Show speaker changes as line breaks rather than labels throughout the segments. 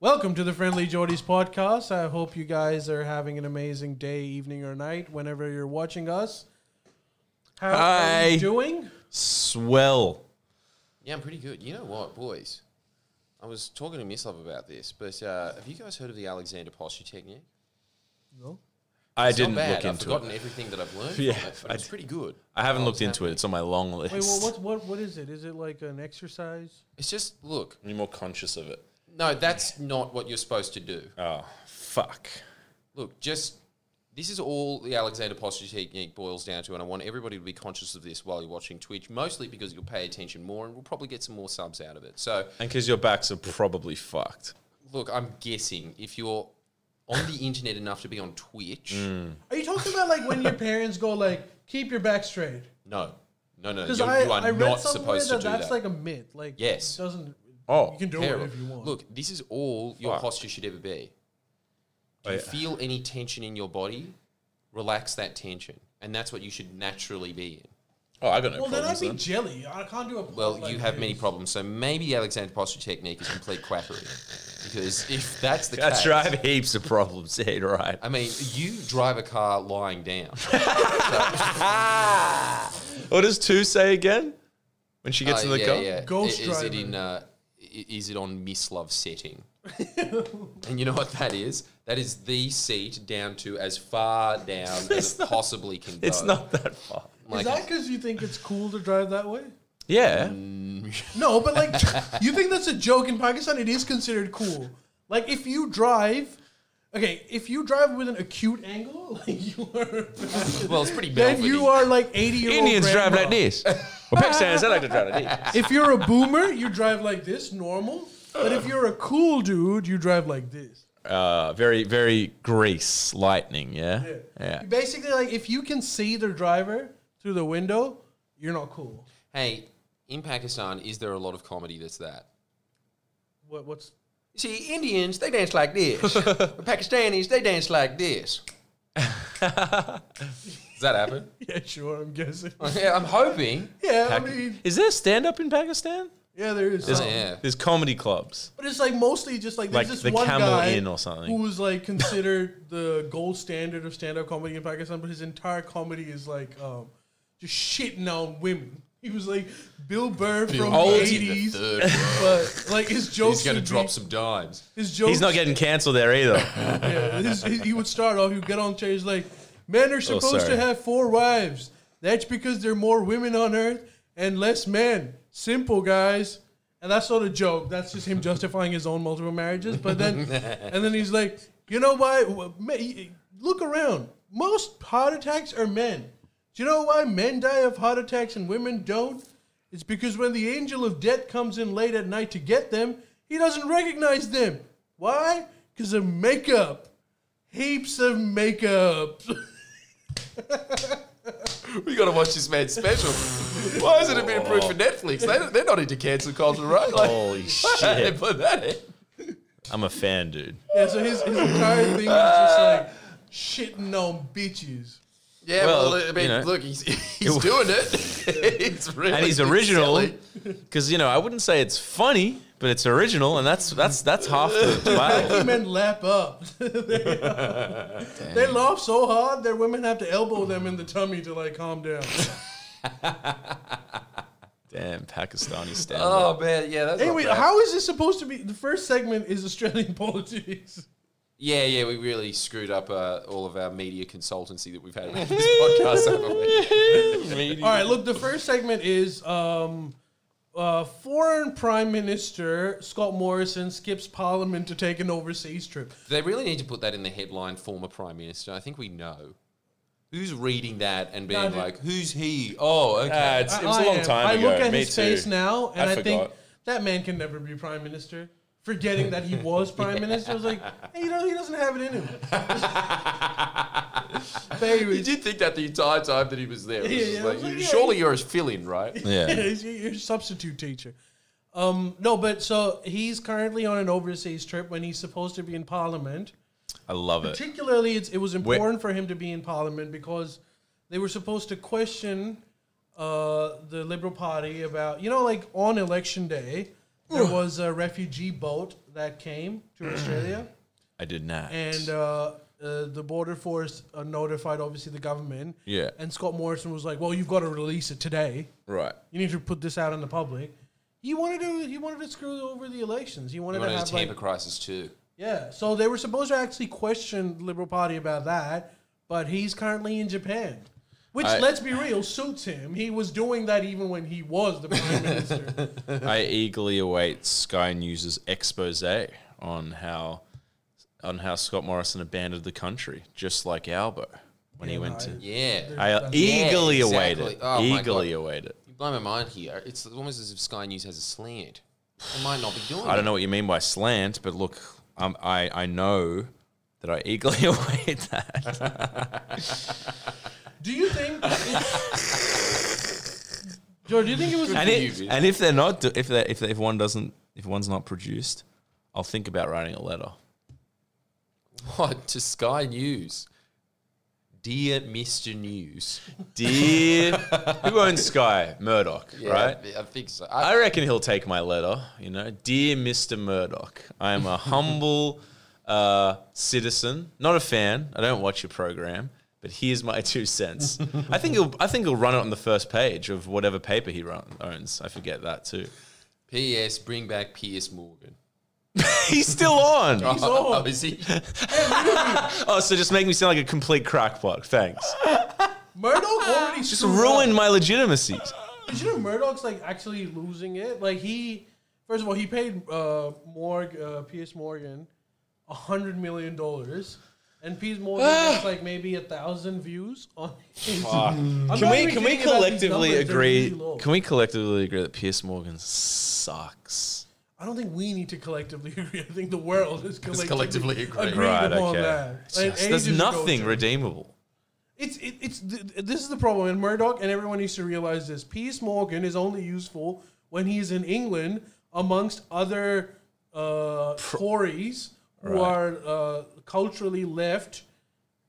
Welcome to the Friendly Geordies podcast. I hope you guys are having an amazing day, evening, or night whenever you're watching us. How are
Hi.
you doing?
Swell.
Yeah, I'm pretty good. You know what, boys? I was talking to Miss Love about this, but uh, have you guys heard of the Alexander Posture technique?
No.
I
It's not
didn't
bad.
look
I've
into
forgotten
it.
everything that I've learned.
Yeah,
from it, but
I
it's
d-
pretty good.
I haven't
Oh,
looked
it's
into it.
happening.
It's on my long list.
Wait, well, what, what, what is it? Is it like an exercise?
It's just look.
I'm more conscious of it.
No, that's not what you're supposed to do.
Oh, fuck.
Look, just this is all the Alexander posture technique boils down to, and I want everybody to be conscious of this while you're watching Twitch, mostly because you'll pay attention more, and we'll probably get some more subs out of it. So,
And because your backs are probably fucked.
look, I'm guessing if you're on the internet enough to be on Twitch,
Mm.
Are you talking about like when your parents go like, keep your back straight?
no, no, no,
Because
you,
I,
you are
I read
not
somewhere
supposed
that
to do
that's
that.
like a myth. Like,
Yes.
it doesn't.
Oh,
you can do
Terrible.
it if you want.
Look, this is all your
Fuck.
posture should ever be. Do
Oh,
you
yeah.
feel any tension in your body? Relax that tension, and that's what you should naturally be in.
Oh, I got no
well, then I'd
problems.
be
then.
jelly. I can't do a.
Well,
pop like
you have
this.
many problems, so maybe the Alexander posture technique is complete quackery. Because if that's the
That's
case,
right. I have heaps of problems. Yeah, you're right.
I mean, you drive a car lying down.
What does two say again? When she gets
Uh,
in the
yeah,
car?
yeah.
Ghost
I- is it
driving.
in? Uh, i- is it on Miss Love setting? and you know what that is? That is the seat down to as far down as it possibly can go.
It's not that far.
Is
Like,
that because you think it's cool to drive that way?
Yeah.
Mm.
No, but like, you think that's a joke in Pakistan? It is considered cool. Like, if you drive, okay, if you drive with an acute angle, like you are,
well, it's pretty
then
bad.
you are like eighty year old.
Indians drive like this. well, Pakistanis, they like to drive like this.
If you're a boomer, you drive like this, normal. But if you're a cool dude, you drive like this.
Uh, very, very grease lightning. Yeah. Yeah.
Basically, like if you can see the driver through the window, you're not cool.
Hey, in Pakistan, is there a lot of comedy that's that?
What, what's
You See, Indians, they dance like this. Pakistanis, they dance like this. Does that happen?
yeah, sure, I'm guessing.
Yeah, I'm hoping.
Yeah, I
Paki-
mean,
Is there stand up in Pakistan?
yeah, there is.
Oh,
some.
yeah.
There's comedy clubs.
But it's like mostly just like there's
Like
this
the
one
Camel
guy
Inn or something.
who's like considered the gold standard of stand-up comedy in Pakistan, but his entire comedy is like um, just shitting on women. He was like Bill Burr from
Burr.
the
Old-
eighties,
Third world.
but like his jokes.
He's going to
would be-
drop some dimes.
His jokes.
He's not getting cancelled there either.
Yeah, his, he he would start off. He would get on chair. He's like, "Men are supposed
Oh, sorry.
to have four wives. That's because there are more women on Earth and less men. Simple guys." And that's not a joke. That's just him justifying his own multiple marriages. But then, and then he's like, "You know why? wh- me- Look around. Most heart attacks are men. Do you know why men die of heart attacks and women don't? It's because when the angel of death comes in late at night to get them, he doesn't recognize them. Why? Because of makeup. Heaps of makeup.
We got to watch this man's special. Why hasn't it been approved for Netflix? They, they're not into cancel culture, right? Like,
Holy
why did
shit.
they put that in?
I'm a fan, dude.
yeah, so his, his entire thing is just like shitting on bitches.
Yeah,
Well,
well, I mean,
you know.
look, he's, he's doing it. it's really
And he's original
silly.
because you know I wouldn't say it's funny, but it's original, and that's that's that's half the wow.
Men lap up. they, they laugh so hard that women have to elbow them in the tummy to like calm down.
Damn, Pakistani stand.
Oh man, yeah. That's not
Anyway,
bad.
how is this supposed to be? The first segment is Australian politics.
Yeah, yeah, we really screwed up uh, all of our media consultancy that we've had with this podcast. haven't we?
All right, look, the first segment is um, uh, foreign prime minister Scott Morrison skips parliament to take an overseas trip.
They really need to put that in the headline, former prime minister. I think we know. Who's reading that and being
dude.
like, who's he? Oh, okay.
it was a
I
long
am.
time
I
ago.
look at
Me
his
too.
face now, and I, think
forgot.
that man can never be prime minister. Forgetting that he was prime minister, I was like, hey, you know, he doesn't have it in him. But
you
anyway,
did think that the entire time that he was there. It was
Yeah,
just
yeah, I
like,
was like,
you-
yeah,
surely you're a fill-in, right?
Yeah.
he's your your substitute teacher. Um, no, but so he's currently on an overseas trip when he's supposed to be in parliament.
I love it.
particularly it's, it was important for him to be in parliament because they were supposed to question uh, the liberal party about you know like on election day there was a refugee boat that came to Australia,
I did not.
and uh, uh, the border force uh, notified obviously the government.
Yeah.
And Scott Morrison was like, "Well, you've got to release it today.
right.
You need to put this out in the public." He wanted to. He wanted to screw over the elections. He wanted,
You wanted
to
a
have like,
Tampa crisis too.
yeah. So they were supposed to actually question the Liberal Party about that, but he's currently in Japan. Which,
I-
let's be real, suits him. He was doing that even when he was the prime minister.
I eagerly await Sky News' expose on how on how Scott Morrison abandoned the country, just like Albo when he
Yeah,
went
no,
to.
Yeah.
I eagerly
Yeah,
await
exactly.
it.
Oh my
eagerly
God.
await it.
You blow my mind here. It's almost as if Sky News has a slant. It might not be doing
I
it.
don't know what you mean by slant, but look, um, I I know that I eagerly await that.
Do you think. it's- Joe, do you think it was.
And,
for
it-
you, dude.
and if they're not, do- if they if they- if one doesn't, if one's not produced, I'll think about writing a letter.
What? To Sky News. Dear Mr. News.
Dear, who owns Sky? Murdoch,
Yeah,
right?
I think so.
I reckon he'll take my letter. You know, dear Mr. Murdoch, I am a humble uh, citizen, not a fan. I don't watch your program, but here's my two cents. I think he'll, I think he'll run it on the first page of whatever paper he run, owns. I forget that too.
P.S. Bring back P.S. Morgan.
He's still on.
on.
Oh, is he?
Oh, so just make me sound like a complete crackpot. Thanks.
Murdoch already
Just
screwed up.
ruined my legitimacy.
Did you know Murdoch's like actually losing it? Like he, first of all, he paid uh, Morg, uh, P.S. Morgan, a hundred million dollars, and P.S. Morgan
Ah.
gets like maybe a thousand views on. His, I'm
Can
not
we
even
can
kidding about
we
these
collectively
numbers, they're
agree?
really low.
Can we collectively agree that Pierce Morgan sucks?
I don't think we need to collectively agree. I think the world is collectively,
collectively agree.
agreeing upon that. Like,
Just- there's
ages ago,
nothing
too.
redeemable.
It's it, it's th- this is the problem, and Murdoch and everyone needs to realize this. Piers Morgan is only useful when he's in England amongst other uh, Tories who
Right.
are uh, culturally left,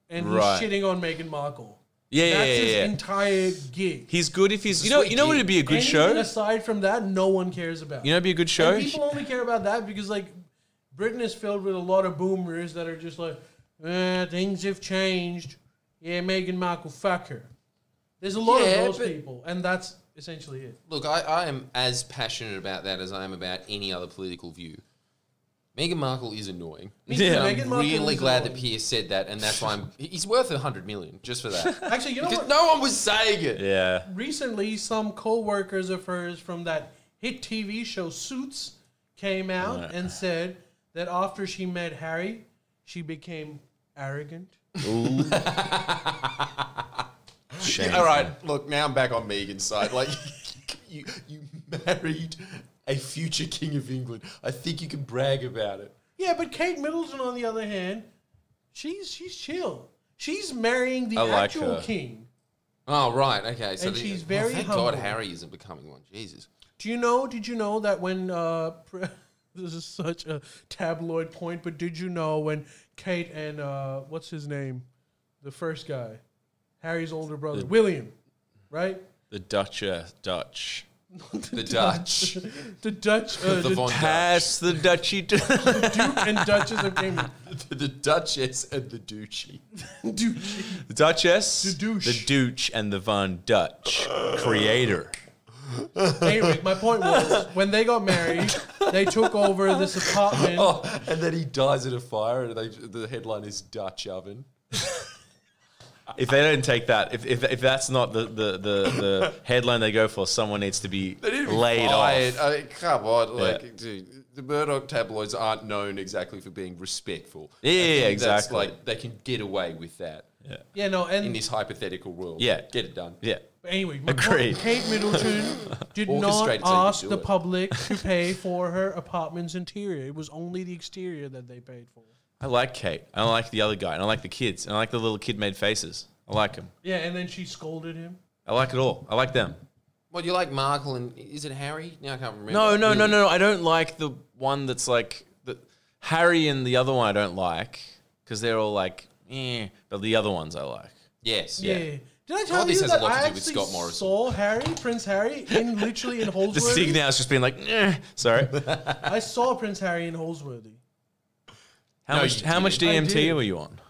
and
Right.
he's shitting on Meghan Markle.
Yeah, yeah,
That's
yeah,
his
yeah.
entire gig.
He's good if he's. You know,
sweet
you know what
gig.
would be a good
Anything
show.
Aside from that, no one cares about.
You know, it'd be a good show.
And people only care about that because like Britain is filled with a lot of boomers that are just like, eh, things have changed. Yeah, Meghan Markle, fuck her. There's a lot
Yeah,
of those
but-
people, and that's essentially it.
Look, I, I am as passionate about that as I am about any other political view. Meghan Markle is annoying.
too,
Yeah.
And
Meghan
I'm
Markle
really
is
glad
annoying.
that Pierce said that, and that's why I'm. He's worth a hundred million just for that.
Actually, you know what?
Because no one was saying it.
Yeah.
Recently, some co-workers of hers from that hit TV show Suits came out
Right.
and said that after she met Harry, she became arrogant.
All right, look, now I'm back on Megan's side. Like, you, you married a future king of England. I think you can brag about it.
Yeah, but Kate Middleton, on the other hand, she's she's chill. She's marrying the
I like
actual
her.
king.
Oh, right, okay. So
And
the-
she's
well,
very
thank God
humble.
Harry isn't becoming one. Jesus.
Do you know? Did you know that when uh, pre- this is such a tabloid point, but did you know when Kate and uh, what's his name, the first guy, Harry's older brother, William, right?
The Duchess, Dutch.
The Dutch.
The Dutch, uh,
The
the
Von
Pass the Duchy. To-
Duke and Duchess of Cambridge.
the Duchess and the Duchy.
Duke.
the Duchess.
The douche.
The douche and the Von Dutch creator.
Anyway, my point was when they got married, they took over this apartment.
Oh, and then he dies in a fire, and they, the headline is Dutch oven.
If they don't take that, if, if, if that's not the, the, the, the headline they go for, someone needs to be
They need to be
laid
fired.
off.
I mean, come on, like
Yeah.
dude, the Murdoch tabloids aren't known exactly for being respectful.
Yeah, yeah,
I
yeah,
think that's
exactly.
Like they can get away with that
Yeah, no, and
in this hypothetical world.
Yeah.
get it done.
Yeah.
But anyway, my
Agreed.
point, Kate Middleton did not
Orchestrated so you could
ask
do
the
it.
public to pay for her apartment's interior. It was only the exterior that they paid for.
I like Kate. I like the other guy. And I like the kids. And I like the little kid made faces. I like him.
Yeah, and then she scolded him.
I like it all. I like them.
Well, you like Markle and is it Harry? Now I can't remember.
No, no, no, no, no. I don't like the one that's like the Harry and the other one. I don't like because they're all like, eh. But the other ones I like.
Yes,
Yeah.
yeah.
Did I tell
All
you
this has a
that
lot to
I
do
actually
with Scott Morrison.
saw Harry, Prince Harry, in literally in
The
Holsworthy?
Sig now has just been like, eh, sorry.
I saw Prince Harry in Holsworthy.
How
No,
much?
you
How much
did. I
DMT
did.
were you on?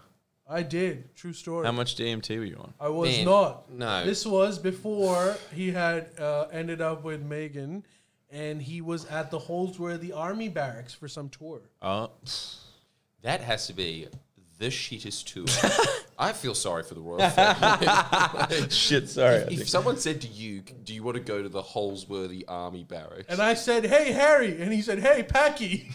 I did. True story.
How much DMT were you on?
I was
Um, Man,
not.
no.
This was before he had uh, ended up with Megan, and he was at the Holsworthy Army Barracks for some tour.
Oh,
That has to be the shittest tour. I feel sorry for the royal family.
shit. Sorry. I
if
think.
someone said to you, "Do you want to go to the Holsworthy Army Barracks?"
And I said, "Hey Harry," and he said, "Hey Packy."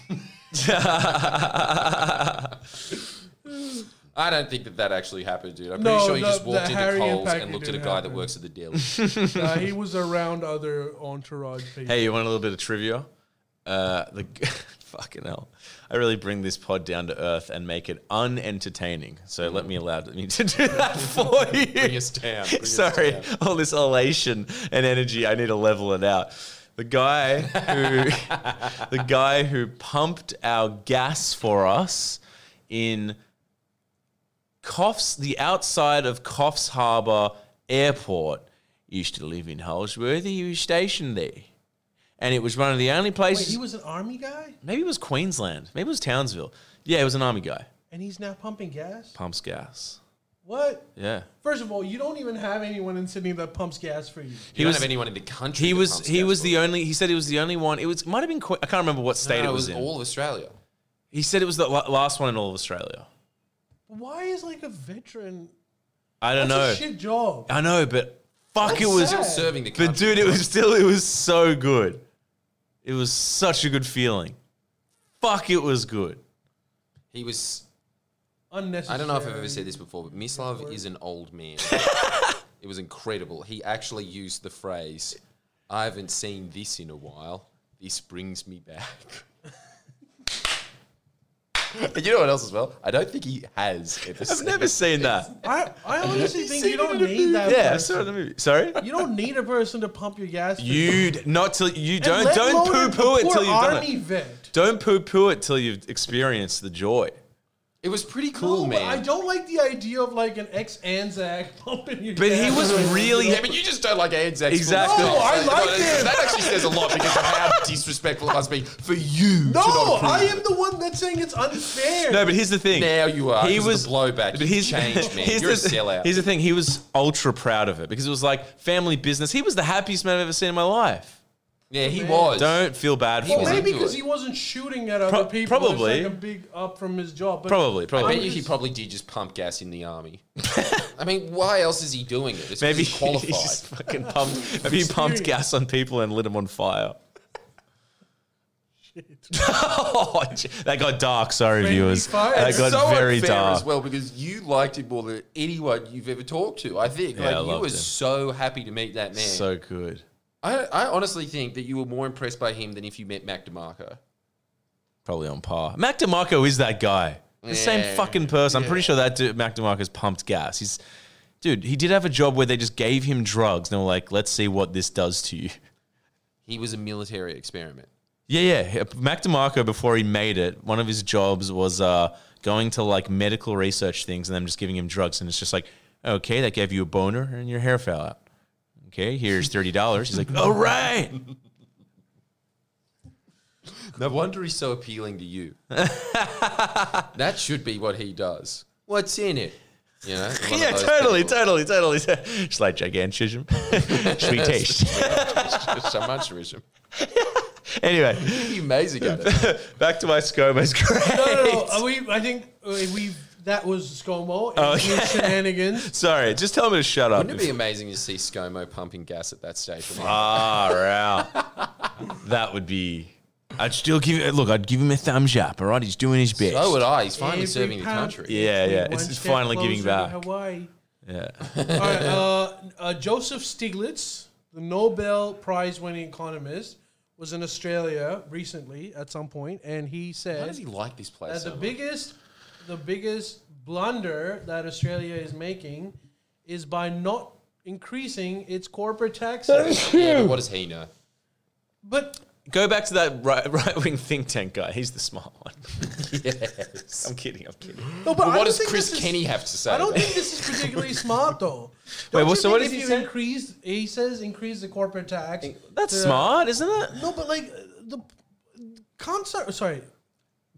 I don't think that that actually happened, dude. I'm
No,
pretty sure you
the-
just
the
walked into
Harry and
Coles and
Packer
looked at a
didn't
guy that
happen.
works at the deli.
Uh, he was around other entourage people.
Hey, you want a little bit of trivia? Uh, the fucking hell. I really bring this pod down to earth and make it unentertaining. So let me allow me to do that for you.
Bring us down. Bring us
Sorry,
down.
all this elation and energy. I need to level it out. The guy who, the guy who pumped our gas for us in Coffs, the outside of Coffs Harbour Airport, used to live in Holsworthy. He was stationed there, and it was one of the only
Wait,
places.
he was an army guy,
maybe it was Queensland. Maybe it was Townsville. Yeah, it was an army guy.
and he's now pumping gas.
Pumps gas.
What?
Yeah.
First of all, you don't even have anyone in Sydney that pumps gas for you.
You
He
don't
was-
have anyone in the country.
He
that
was
pumps
he
gas
was
for
the
it.
only. He said he was the only one. It was might have been. Que- I can't remember what state
No,
it was, in.
all of Australia.
He said it was the la- last one in all of Australia.
Why is like a veteran?
I don't
That's
know.
a shit job.
I know, but fuck, it
That's
was.
Still
sad.
serving the country.
But dude, it was still. It was so good. It was such a good feeling. Fuck, it was good.
he was.
Unnecessary.
I don't know if I've ever said this before, but Mislav is an old man. it was incredible. He actually used the phrase, "I haven't seen this in a while. This brings me back." And you know what else as well? I don't think he has ever.
I've never seen that.
I, I honestly think you
seen
don't
it in a
need that.
Yeah, I
person.
saw it in the movie. Sorry.
You don't need a person to pump your gas. for
You d- not till you
And
don't
let
don't
alone
poo
a
poo it
poor
till you've done
army
it.
vet.
Don't poo poo it till you've experienced the joy.
It was pretty cool,
No, but I
man.
don't like the idea of like an ex Anzac pumping your.
But he
gas
was
for you.
really
Yeah, but you just don't like Anzac. Oh,
Exactly.
No, I like him.
That actually says a lot because of how disrespectful it must be for you. to not
No,
approve
I
of
am
it.
the one that's saying it's unfair.
No, but here's the thing.
Now you are.
He
This
was
is the blowback.
But
You've
here's-
changed, man.
here's
You're a
the-
sellout.
Here's the thing. He was ultra proud of it because it was like family business. He was the happiest man I've ever seen in my life.
Yeah, he
Man.
was.
Don't feel bad for
well,
was
him.
maybe
into
because
it.
he wasn't shooting at other
Pro-
people. There's,
probably.
like a big up from his job. But
Probably,
I
probably.
bet you he probably did just pump gas in the army. I mean, why else is he doing it? It's
Maybe
maybe he's qualified.
just fucking pumped. Maybe he pumped
Experience.
gas on people and lit them on fire. Oh, j- that got dark. Sorry,
Friendly
viewers.
fire.
That
It's
got
so
very
unfair
dark.
as well because you liked him more than anyone you've ever talked to. I think
Yeah, I
like, you
loved
were
him.
so happy to meet that man.
So good.
I, I honestly think that you were more impressed by him than if you met Mac DeMarco.
Probably on par. Mac DeMarco is that guy. The same
Yeah.
fucking person. I'm pretty sure that dude, Mac DeMarco's pumped gas. He's, dude, he did have a job where they just gave him drugs and they were like, let's see what this does to you.
He was a military experiment.
Yeah, yeah. Mac DeMarco, before he made it, one of his jobs was uh, going to like medical research things and them just giving him drugs. And it's just like, okay, that gave you a boner and your hair fell out. Okay, here's $30. He's like, all right.
No wonder he's so appealing to you. that should be what he does. What's in it? You know? one of
yeah,
those
totally,
people.
totally, totally, totally. Just like Jagan Chisholm. Sweet taste.
It's so much Risham.
anyway.
He's amazing at it.
Back to my ScoMo's great.
No, no, no. Are we, I think uh, we that was ScoMo and
Oh,
his
yeah.
shenanigans.
Sorry, just tell me to shut up.
Wouldn't it be amazing to see ScoMo pumping gas at that station?
Ah, wow. that would be. I'd still give it. Look, I'd give him a thumbs up. All right, he's doing his best.
so would I. He's finally
Every
serving the
pound
country.
is
Yeah, yeah,
one
it's- it's
step
finally giving
closer to
back.
Hawaii.
yeah.
All right, uh, uh, Joseph Stiglitz, the Nobel Prize winning economist, was in Australia recently at some point, and he
Why
said
does he like this place
that
so
the
much?
biggest, the biggest blunder that Australia is making is by not increasing its corporate taxes.
Yeah, but what does he know?
but
Go back to that right, right-wing think tank guy. He's the smart one. yes. I'm kidding. I'm kidding.
no, but I
But what
don't
does
think
Chris
this is-
Kenny have to say?
I don't
about it?
think this is particularly smart though.
Wait,
Don't
well,
you
so what
think
does
if
he
you
say?
Increase, he says increase the corporate tax.
That's
to-
smart, isn't it?
No, but like uh, the concert. Sorry,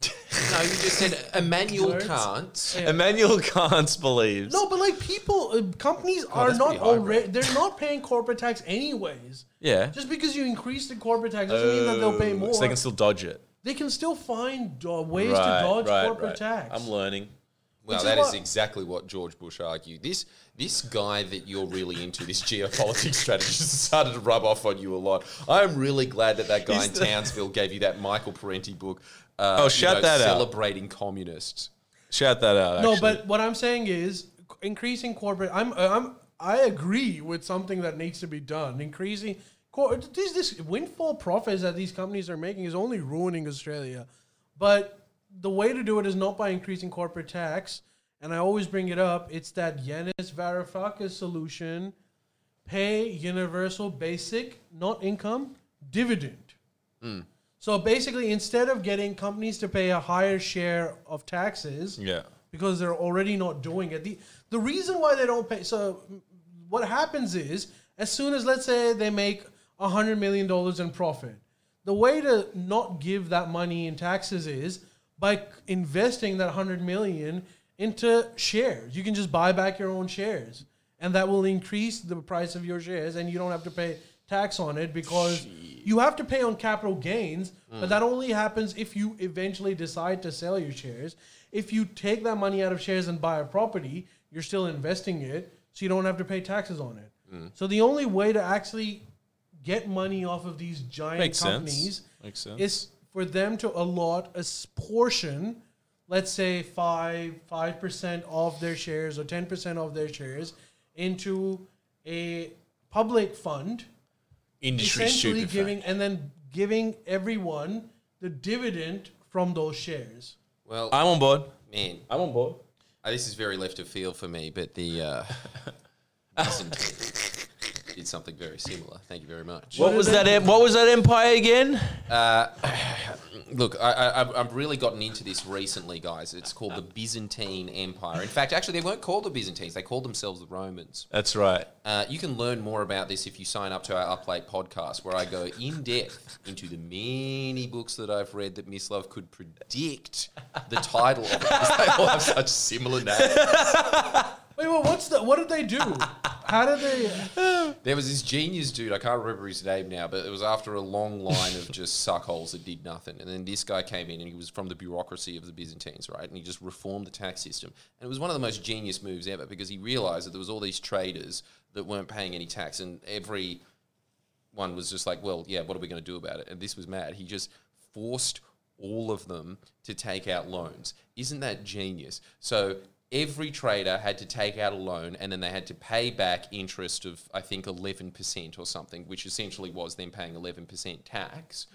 No, you just said Emmanuel Kant.
Emmanuel Kant believes.
no, but like people, uh, companies are
that's
not
pretty high, bro.
already. They're not paying corporate tax anyways.
Yeah.
Just because you increase the corporate tax doesn't mean that they'll pay
Oh,
more.
So they can still dodge it.
still find uh, ways
right,
to dodge
right,
corporate tax.
right. I'm learning.
Well,
Which is
that is
what-
exactly what George Bush argued. This this guy that you're really into, this geopolitics strategist, started to rub off on you a lot. I'm really glad that that guy
He's
in
the-
Townsville gave you that Michael Parenti book. Uh,
Oh,
you
shout that out.
Celebrating communists.
Shout that out.
no,
actually.
but what I'm saying is c- increasing corporate. I'm uh, I'm I agree with something that needs to be done. Increasing cor- this this windfall profits that these companies are making is only ruining Australia. But the way to do it is not by increasing corporate tax. And I always bring it up. It's that Yanis Varoufakis solution: pay universal basic, not income, dividend.
Hmm.
So basically, instead of getting companies to pay a higher share of taxes,
yeah.
because they're already not doing it. The, the reason why they don't pay so what happens is as soon as let's say they make hundred million dollars in profit, the way to not give that money in taxes is by c- investing that hundred million into shares. You can just buy back your own shares, and that will increase the price of your shares, and you don't have to pay tax on it because you have to pay on capital gains, but that only happens if you eventually decide to sell your shares. If you take that money out of shares and buy a property, you're still investing it, so you don't have to pay taxes on it. So the only way to actually get money off of these giant
Makes sense.
companies
Makes sense.
is for them to allot a s- portion, let's say five five percent of their shares or ten percent of their shares into a public fund
Industry
essentially
stupid.
giving and then giving everyone the dividend from those shares.
Well,
I'm on board.
man,
I'm on board.
uh, this is very left of field for me, but the uh, Nixon did something very similar. Thank you very much.
What was that? em- What was that empire again?
Look, I, I, I've- I've really gotten into this recently, guys. It's called the Byzantine Empire. In fact, actually, they weren't called the Byzantines, they called themselves the Romans.
That's right.
Uh, you can learn more about this if you sign up to our Up Late podcast, where I go in depth into the many books that I've read that Miss Love could predict the title of because they all have such similar names.
Wait, well, what's the what did they do? How did they
There was this genius dude, I can't remember his name now, but it was after a long line of just suckholes that did nothing. And then this guy came in and he was from the bureaucracy of the Byzantines, right? And he just reformed the tax system. And it was one of the most genius moves ever because he realized that there was all these traders that weren't paying any tax and every one was just like, well, yeah, what are we going to do about it? And this was mad. He just forced all of them to take out loans. Isn't that genius? So every trader had to take out a loan and then they had to pay back interest of, I think, 11% or something, which essentially was them paying 11% tax.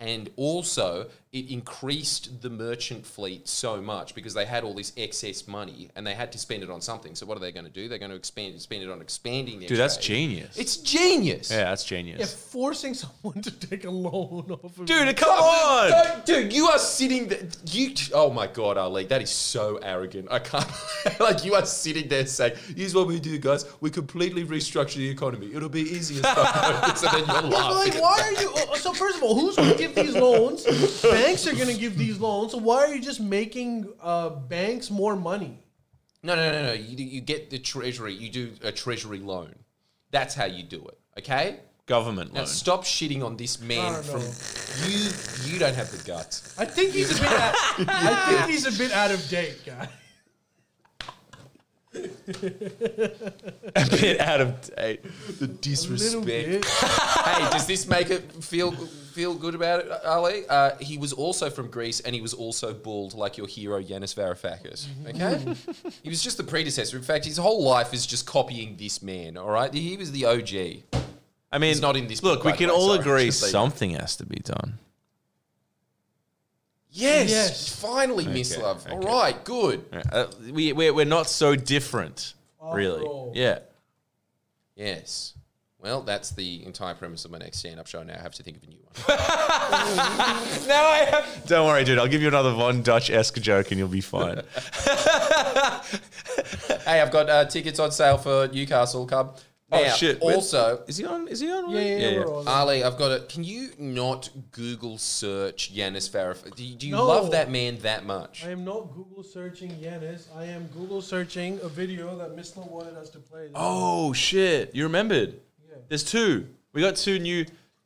And also, it increased the merchant fleet so much because they had all this excess money and they had to spend it on something. So, what are they going to do? They're going to expand, spend it on expanding their
Dude, that's
trade.
genius.
It's genius.
yeah, that's
yeah,
genius.
forcing someone to take a loan off of
Dude, come on.
Don't- dude, you are sitting there. You, oh my god, Ali, that is so arrogant. I can't. Like you are sitting there saying, "Here's what we do, guys. We completely restructure the economy. It'll be easier." so then you're
But,
laughing.
like, why are you? oh, So first of all, who's going to give these loans? Banks are going to give these loans. So why are you just making uh, banks more money?
No, no, no, no. You, you get the treasury. You do a treasury loan. That's how you do it. Okay.
Government
Now
loan.
stop shitting on this man
don't
from
know.
you. You don't have the guts.
I think he's a bit. Out, I think he's a bit out of date, guy.
A bit out of date.
The
A little
disrespect.
bit.
hey, does this make it feel feel good about it, Ali? Uh, he was also from Greece, and he was also bald like your hero Yanis Varoufakis. Okay, he was just the predecessor. In fact, his whole life is just copying this man. All right, he was the OG.
I mean,
It's not in this
Look,
book,
we
by the
can
way,
all
sorry,
agree
just so you-
something has to be done.
Yes,
Yes.
finally, Miss
Okay,
Love. All
okay.
right, good.
Uh, we we're, we're not so different,
After
really.
all.
Yeah.
Yes. Well, that's the entire premise of my next stand-up show. Now I have to think of a new one.
Now I have. Don't worry, dude. I'll give you another Von Dutch esque joke, and you'll be fine.
Hey, I've got uh, tickets on sale for Newcastle Cub.
Oh
Now,
shit! Wait,
Also,
is he on? Is he on?
Yeah, yeah, we're all there.
Ali, I've got it. Can you not Google search Yanis Varoufakis? Do you, do you
No.
love that man that much?
I am not Google searching Yanis. I am Google searching a video that Missler wanted us to play.
Oh shit! You remembered?
Yeah.
There's two. We got two new.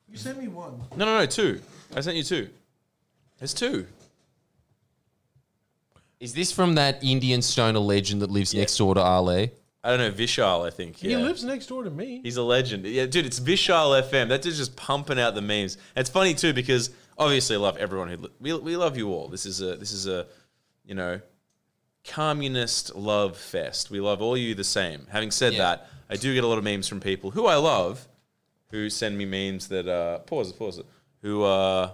You sent me one.
No, no, no, two. I sent you two. There's two.
Is this from that Indian stoner legend that lives next door to Ali?
I don't know Vishal. I think yeah.
He lives next door to me.
He's a legend. Yeah, dude, it's Vishal FM. That dude's just pumping out the memes. And it's funny too because obviously I love everyone who we, we love you all. This is a this is a you know communist love fest. We love all you the same. Having said
Yeah.
that, I do get a lot of memes from people who I love who send me memes that uh pause it, pause it, who uh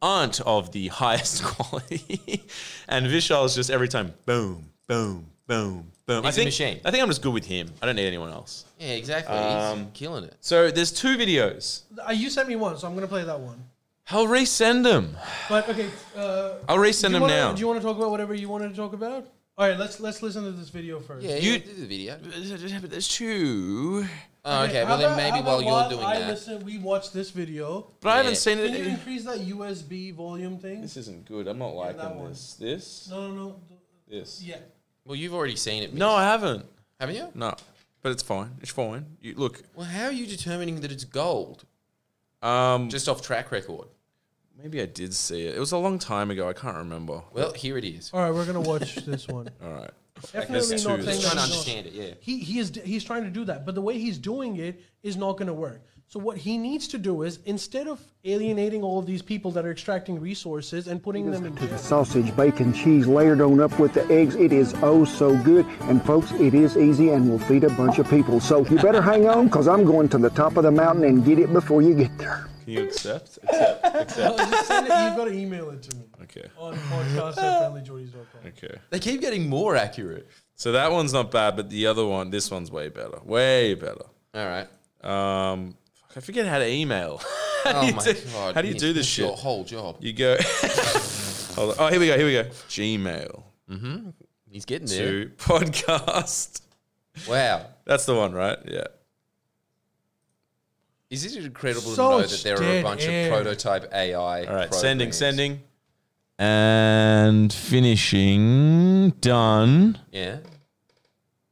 aren't of the highest quality. and Vishal's just every time boom, boom, boom, boom. I
He's a
think
machine.
I think I'm just good with him. I don't need anyone else.
Yeah, exactly. He's killing it.
So there's two videos.
Uh, you sent me one, so I'm gonna play that one.
I'll resend them.
But okay, uh,
I'll resend
do you
them
wanna-
now.
Do you want to talk about whatever you wanted to talk about? All right, let's let's listen to this video first.
Yeah,
You-
you do the video.
But there's two.
Oh, okay.
how
Well, then
about-
maybe
how
while
about
you're doing
I
that.
listen, we watch this video.
But I haven't
Yeah.
seen
Can you
it.
increase that USB volume thing?
This isn't good. I'm not
that
liking
one.
this. This.
No, no, no.
This.
Yeah.
Well, you've already seen it.
No, I haven't.
haven't you?
No. But it's fine. It's fine. You look.
Well, how are you determining that it's gold
Um.
just off track record?
Maybe I did see it. It was a long time ago. I can't remember.
Well, here it is.
All right, we're gonna watch this one.
All right.
Definitely
This
not saying
too.
Just trying to
that he's not-
understand it. Yeah.
He he is he's trying to do that, but the way he's doing it is not going to work. So what he needs to do is instead of alienating all of these people that are extracting resources and putting them in jail,
sausage, bacon, cheese layered on up with the eggs. It is oh so good. And folks, it is easy and will feed a bunch of people. So you better hang on because I'm going to the top of the mountain and get it before you get there.
Can you accept? accept. Accept.
Just send it- you've got to email it to me
Okay.
on podcast at friendlyjordies.com.
Okay.
They keep getting more accurate.
So that one's not bad, but the other one, this one's way better. Way better.
All right.
Um. fuck, I forget how to email. How do
Oh
you
my
do-
god.
How do you
Ian,
do this
that's
shit?
Your whole job.
You go. Hold on. Oh, here we go. Here we go. Gmail
He's getting there.
to podcast.
Wow.
That's the one, right? Yeah.
Is it incredible
So
to know that there are a
dead
bunch
air.
of prototype AI?
All right.
programs?
Sending, sending. And finishing. Done.
Yeah.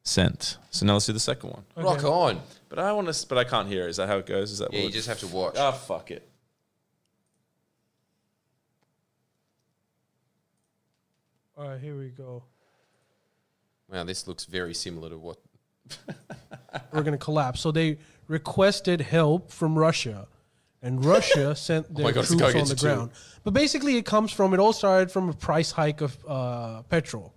Sent. So now let's do the second one.
Rock on.
But I want to. But I can't hear. it. Is that how it goes? Is that?
Yeah,
what
you just have to watch.
Ah, fuck it.
All right, here we go.
Wow, this looks very similar to what.
We're going to collapse. So they requested help from Russia, and Russia sent their
Oh my God, it's
troops
going
on the
into two.
ground. But basically, it comes from it all started from a price hike of uh, petrol.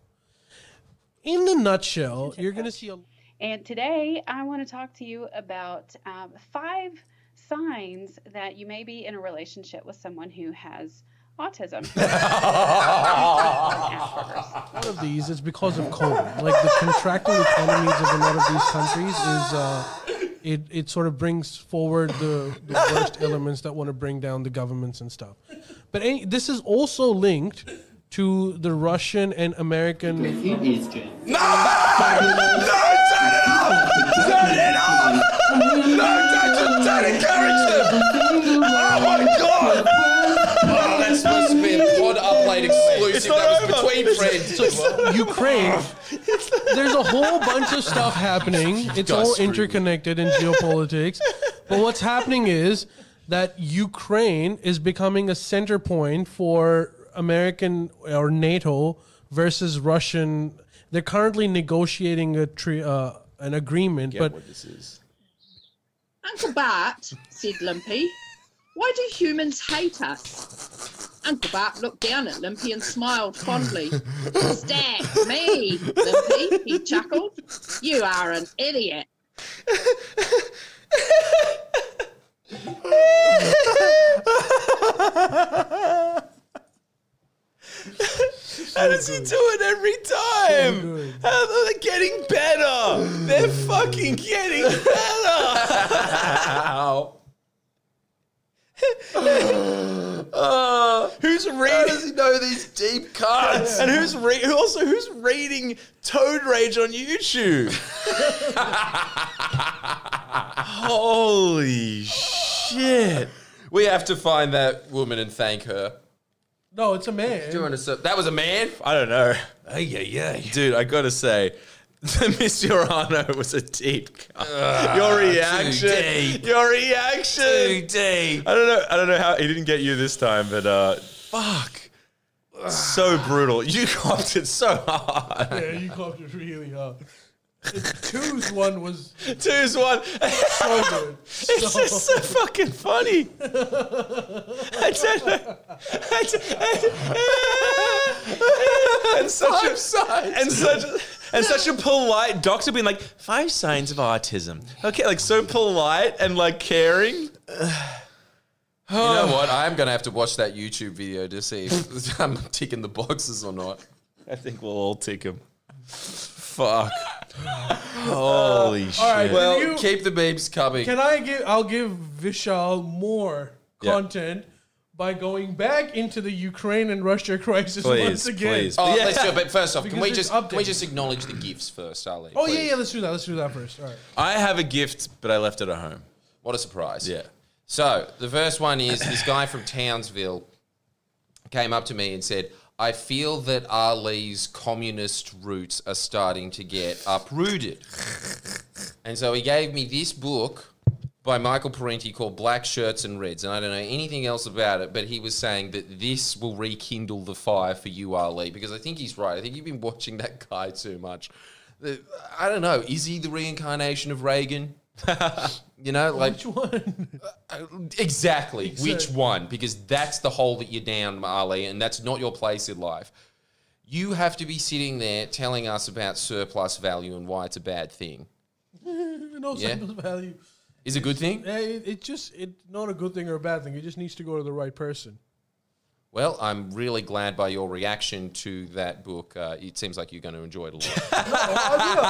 In the nutshell, you're going to see a.
And today I want to talk to you about um, five signs that you may be in a relationship with someone who has autism. Asperger's.
lot of these is because of COVID. Like the contracting economies of a lot of these countries is uh, it it sort of brings forward the, the worst elements that want to bring down the governments and stuff. But any, this is also linked to the Russian and American.
Oh, that's supposed to be a pod upload exclusive. That was between friends.
Ukraine. There's a whole bunch of stuff happening. It's all
screwed me.
interconnected in geopolitics. But what's happening is that Ukraine is becoming a center point for American or NATO versus Russian. They're currently negotiating a tre- uh, an agreement, but
what this is.
Uncle Bart, said Limpy, why do humans hate us? Uncle Bart looked down at Limpy and smiled fondly. Stag me, Limpy, he chuckled. You are an idiot.
How does he do it every time? How are they getting better? They're fucking getting better.
Ow.
Uh, Who's who's
How
reading?
does he know these deep cuts?
And who's re- who also who's reading Toad Rage on YouTube? Holy shit!
We have to find that woman and thank her.
No, it's a man.
Doing a ser- that was a man.
I don't know,
Ay, yeah, yeah.
dude. I gotta say. Miss Urano was a deep cut. your reaction,
deep.
your reaction.
deep.
I don't know. I don't know how he didn't get you this time, but uh, fuck, so brutal. You copped it so hard.
Yeah, you copped it really hard. The two's one was
Two's one.
so good.
It's just so fucking funny. I don't know. I don't- and such a
signs.
and such and such a polite doctor being like five signs of autism. Okay, like so polite and like caring.
You know what? I'm gonna have to watch that YouTube video to see if I'm ticking the boxes or not.
I think we'll all tick him. Fuck. Holy shit.
Uh, all right, well-
Well,
you-
keep the memes coming.
Can I give? I'll give Vishal more
Yeah.
content by going back into the Ukraine and Russia crisis once
Please,
again.
please.
oh,
Yeah.
let's do it. But first off, can
Because
we
it's
just can we
updated.
just acknowledge the gifts first, Ali?
Oh yeah,
please?
yeah. Let's do that. Let's do that first. All right.
I have a gift, but I left it at home.
What a surprise.
Yeah.
So the first one is this guy from Townsville came up to me and said, I feel that Ali's communist roots are starting to get uprooted. and so he gave me this book by Michael Parenti called Black Shirts and Reds. And I don't know anything else about it, but he was saying that this will rekindle the fire for you, Ali, because I think he's right. I think you've been watching that guy too much. The- I don't know. Is he the reincarnation of Reagan? you know, like
Which one?
Exactly. Which
Exactly.
one? Because that's the hole that you're down, Ali, and that's not your place in life. You have to be sitting there telling us about surplus value and why it's a bad thing.
no
Yeah.
sample value.
Is it a good thing?
Eh, It, it just it's not a good thing or a bad thing. It just needs to go to the right person.
Well, I'm really glad by your reaction to that book. Uh, it seems like you're going to enjoy it a lot.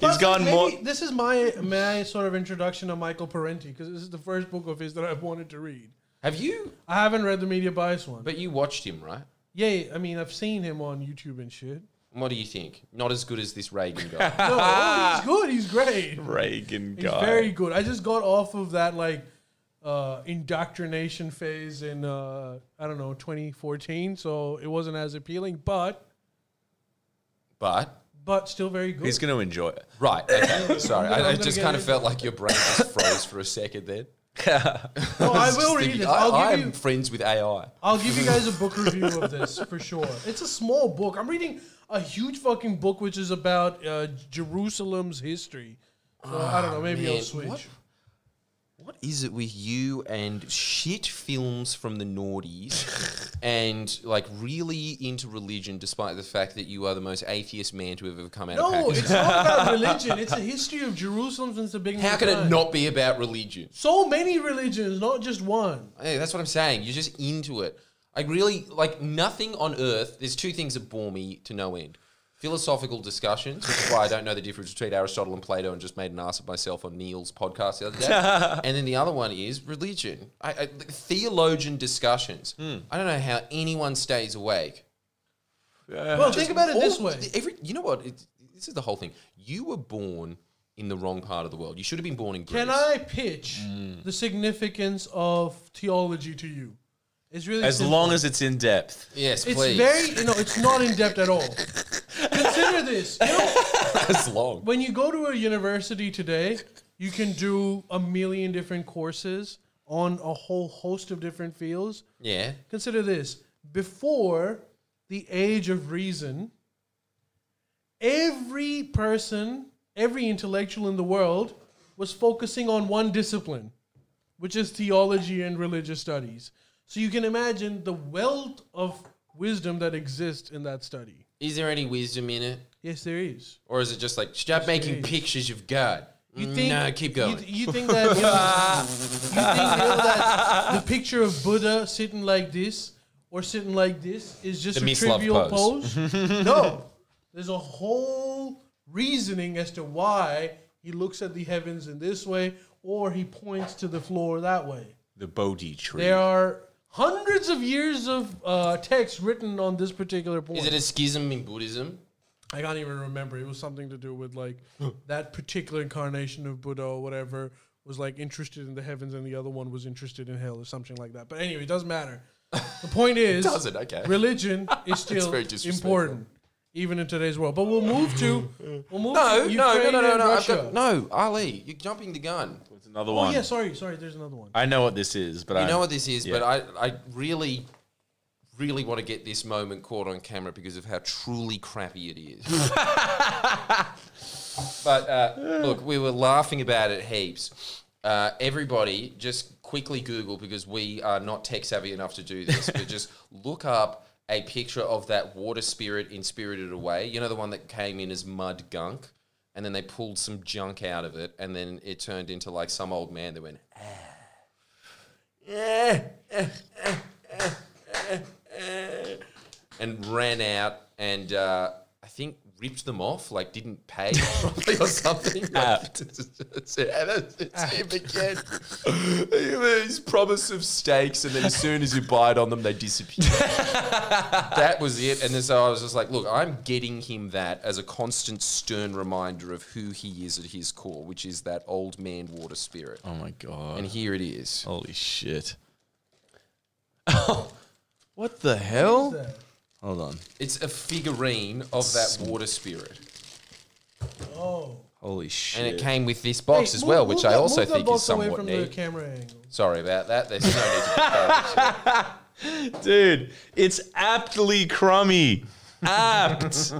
He's gone more.
This is my my sort of introduction to Michael Parenti because this is the first book of his that I've wanted to read.
have you?
I haven't read the media bias one. But
But you watched him, right?
yeah, I mean I've seen him on YouTube and shit.
What do you think? Not as good as this Reagan guy.
No, oh, he's good. He's great.
Reagan
He's
guy.
very good. I just got off of that like uh, indoctrination phase in uh, I don't know 2014, so it wasn't as appealing, but
but
but still very good.
He's going to enjoy it.
right, okay. Sorry,
I'm
I, I
gonna
just
get
kind of
it.
felt like your brain just froze for a second. Then
No, I
was just
will read
thinking,
this.
I,
I'll
I
give
am
you.
friends with AI.
I'll give you guys a book review of this for sure. It's a small book. I'm reading a huge fucking book which is about uh, Jerusalem's history. So I don't know. Maybe I'll
Ah, man,
switch.
what? What is it with you and shit films from the noughties and like really into religion despite the fact that you are the most atheist man to have ever come out of
No,
Pakistan?
it's not about religion. It's a history of Jerusalem since the beginning.
How
of
can it
time.
not be about religion?
So many religions, not just one.
Hey, that's what I'm saying. You're just into it. I really like nothing on earth. There's two things that bore me to no end. Philosophical discussions, which is why I don't know the difference between Aristotle and Plato and just made an ass of myself on Neil's podcast the other day. and then the other one is religion. I, I, theologian discussions.
Hmm.
I don't know how anyone stays awake.
Well, think about it
All-
this way.
Every, you know what? It's, this is the whole thing. You were born in the wrong part of the world. You should have been born in Greece.
Can I pitch
Mm.
the significance of theology to you? It's really
As
simple.
long as it's in depth.
Yes,
it's
please.
very you know it's not in depth at all. Consider this: you know,
That's long.
when you go to a university today, you can do a million different courses on a whole host of different fields.
Yeah.
Consider this: before the age of reason, every person, every intellectual in the world was focusing on one discipline, which is theology and religious studies. So you can imagine the wealth of wisdom that exists in that study.
Is there any wisdom in it?
Yes, there is.
Or is it just like stop making pictures of God?
You think?
no, keep going.
You, you think that? You, know, you think you know, that the picture of Buddha sitting like this or sitting like this is just
The
a
Miss Love
trivial
pose.
pose? no, there's a whole reasoning as to why he looks at the heavens in this way or he points to the floor that way.
The Bodhi tree.
There are hundreds of years of uh, text written on this particular point.
Is it a schism in Buddhism?
I can't even remember. It was something to do with like that particular incarnation of Buddha or whatever was like interested in the heavens and the other one was interested in hell or something like that. But anyway, it doesn't matter. The point is,
doesn't, okay.
religion is still
very disrespectful.
important even in today's world. But we'll move to we'll move
No,
to Ukraine
no, no, no, no,
and
no. I've
Russia.
got, no, Ali, you're jumping the gun.
It's another
Oh
one.
yeah, sorry, sorry. There's another one.
I know what this is, but I
You know what this is,
Yeah.
but I, I really, really want to get this moment caught on camera because of how truly crappy it is. but uh, look, we were laughing about it heaps. Uh, everybody, just quickly Google because we are not tech savvy enough to do this, but just look up a picture of that water spirit in Spirited Away. You know, the one that came in as mud gunk. And then they pulled some junk out of it, and then it turned into like some old man that went, and ran out and uh, I think ripped them off, like didn't pay properly or something.
Apt.
It's it. And it's-
Ah.
it's him again. His promise of steaks, and then as soon as you bite on them, they disappear. that was it. And then so I was just like, look, I'm getting him that as a constant stern reminder of who he is at his core, which is that old man water spirit.
Oh my god!
And here it is.
Holy shit! what the hell?
What's that?
Hold on.
It's a figurine of that water spirit.
Oh,
Holy shit!
And it came with this box
Hey,
as
move-
well, which
move
I
that-
also
move that
think is
box away
somewhat
from
neat.
the camera angle.
Sorry about that. There's no need to
Dude, it's aptly crummy. Apt.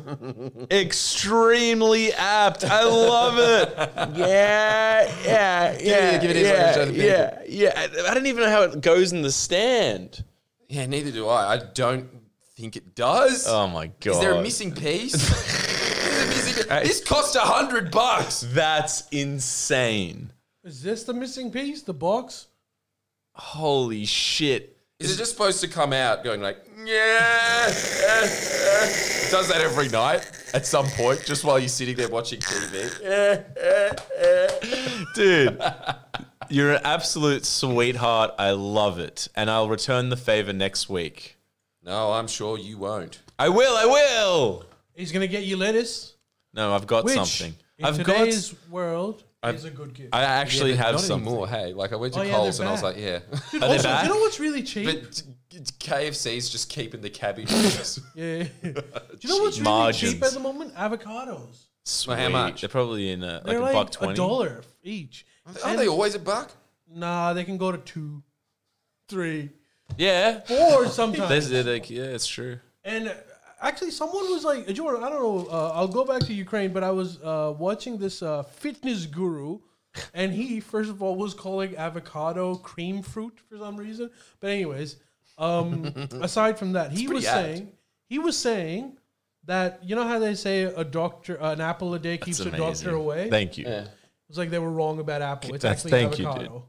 Extremely apt. I love it. Yeah, yeah, yeah.
give it his way, show
yeah,
the people.
yeah, yeah. I- I don't even know how it goes in the stand.
yeah, neither do I. I don't think it does.
Oh my god.
is there a missing piece? Is it missing- This cost a hundred bucks.
That's insane.
Is this the missing piece? The box?
Holy shit.
Is it just supposed to come out going like, yeah? eh, eh." Does that every night at some point, just while you're sitting there watching TV?
Dude, you're an absolute sweetheart. I love it. And I'll return the favor next week.
No, I'm sure you won't.
I will, I will.
He's gonna get you lettuce,
No, I've got
which
something.
in
I've got
today's world is a good gift.
I actually
Yeah, but
have
not
something.
anymore. Hey, like I went to
Oh, yeah,
Coles
they're
and I was
back.
like, yeah.
Are they
also,
back?
you know what's really cheap?
but KFC's just keeping the cabbage.
Yeah. Do you know what's really cheap
Margins.
at the moment? Avocados.
Sweet.
how much?
They're probably in a, like
They're
a
like,
buck
a,
twenty.
dollar each.
Aren't they always a buck?
Nah, they can go to two, three,
Yeah.
four sometimes.
There's, they're like, yeah, it's true.
And uh, actually, someone was like, Jordan, I don't know. Uh, I'll go back to Ukraine, but I was uh, watching this uh, fitness guru, and he, first of all, was calling avocado cream fruit for some reason. But, anyways, um, aside from that, he was
apt.
saying, he was saying that, you know how they say a doctor, uh, an apple a day keeps a doctor away?
Thank you.
it's like they were wrong about apple. It's
That's-
actually
thank you, dude. Oh,
avocado.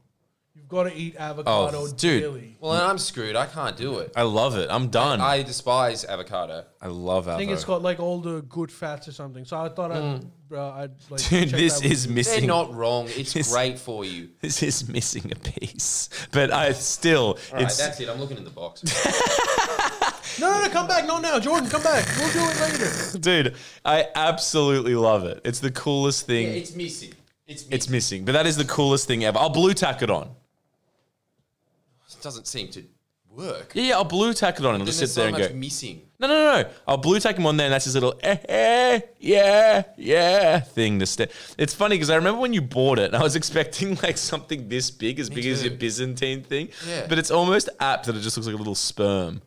You, have got to eat avocado
dude.
daily.
Well, then I'm screwed. I can't do it.
I love it. I'm done. I,
I despise avocado.
love
I think it's
avocado.
got like all the good fats or something. So I thought I'd, uh, I'd like.
Dude,
check
this
that
is
They're
missing.
not wrong. It's great for you.
This is missing a piece. But I still,
All right,
it's
that's it. I'm looking in the box.
No, no, no, come back. No, now, Jordan, come back. We'll do it later.
dude. I absolutely love it. It's the coolest thing. it's,
it's missing. It's missing.
missing, but that is the coolest thing ever. I'll blue tack it on.
it doesn't seem to work.
Yeah, yeah. I'll blue tack it on and I'll
Then
just
there's
sit
so
there and
much
go.
missing.
No, no, no. I'll blue tack him on there, and that's his little, eh, eh, yeah, yeah thing to stay. It's funny because I remember when you bought it, and I was expecting like something this big, as big as
too.
your Byzantine thing.
Yeah.
But it's almost apt that it just looks like a little sperm.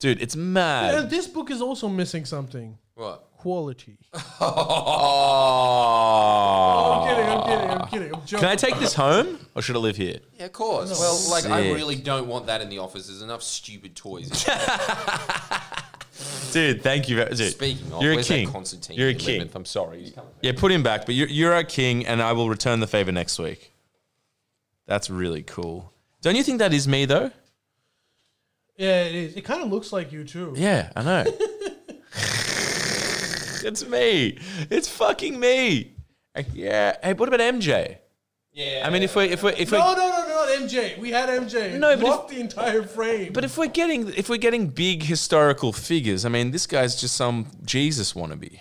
Dude, it's mad.
And this book is also missing something
What?
quality.
Oh.
I'm kidding, I'm kidding, I'm kidding. I'm joking.
Can I take this home, or should I live here?
Yeah, of course. Well, like I
Oh, Sick.
really don't want that in the office. There's enough stupid toys.
Dude, thank you. very- Dude,
Speaking of,
you're a
where's that
king.
Constantine
You're a
the
king.
11th? I'm sorry. He's coming.
Yeah, put him back, but you're, you're our king, and I will return the favor next week. That's really cool. Don't you think that is me, though?
yeah, it is. It kind of looks like you too.
Yeah, I know. it's me. It's fucking me. Yeah. Hey, what about MJ?
Yeah.
I mean, if we if we if we
No, no, no, no. MJ. We had MJ.
No, but
Blocked the entire frame.
But if we're getting if we're getting big historical figures, I mean, this guy's just some Jesus wannabe. Yeah,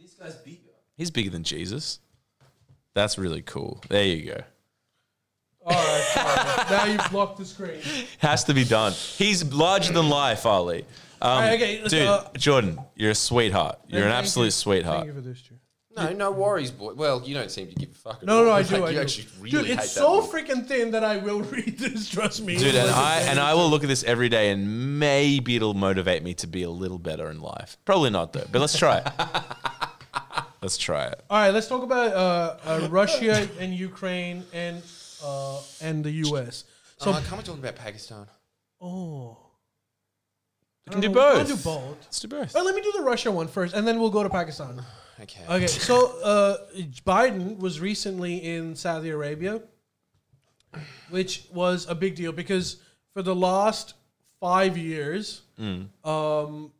this guy's bigger. He's bigger than Jesus. That's really cool. There you go.
All right, fine. now you blocked the screen.
Has to be done. He's larger than life, Ali. Um,
right, okay, let's
dude,
go.
Jordan, you're a sweetheart. You're an
Thank
absolute
you. Thank
sweetheart.
you for this, Drew.
No, no worries, boy. Well, you don't seem to give a fuck. at
No,
all.
no, I
Like,
do. I
you
do.
actually really
Dude,
hate
it's
that
so
movie.
freaking thin that I will read this. Trust me,
Dude, and I and I will look at this every day, and maybe it'll motivate me to be a little better in life. Probably not though, but let's try it. let's try it.
All right, let's talk about uh, uh, Russia and Ukraine and uh, and the U.S. So,
Uh, can't we talk about Pakistan?
oh,
We can
I
do
don't know.
both.
I'll do both.
Let's do both.
All right, let me do the Russia one first, and then we'll go to Pakistan.
Okay.
Oh.
Okay, so uh, Biden was recently in Saudi Arabia, which was a big deal because for the last five years, um,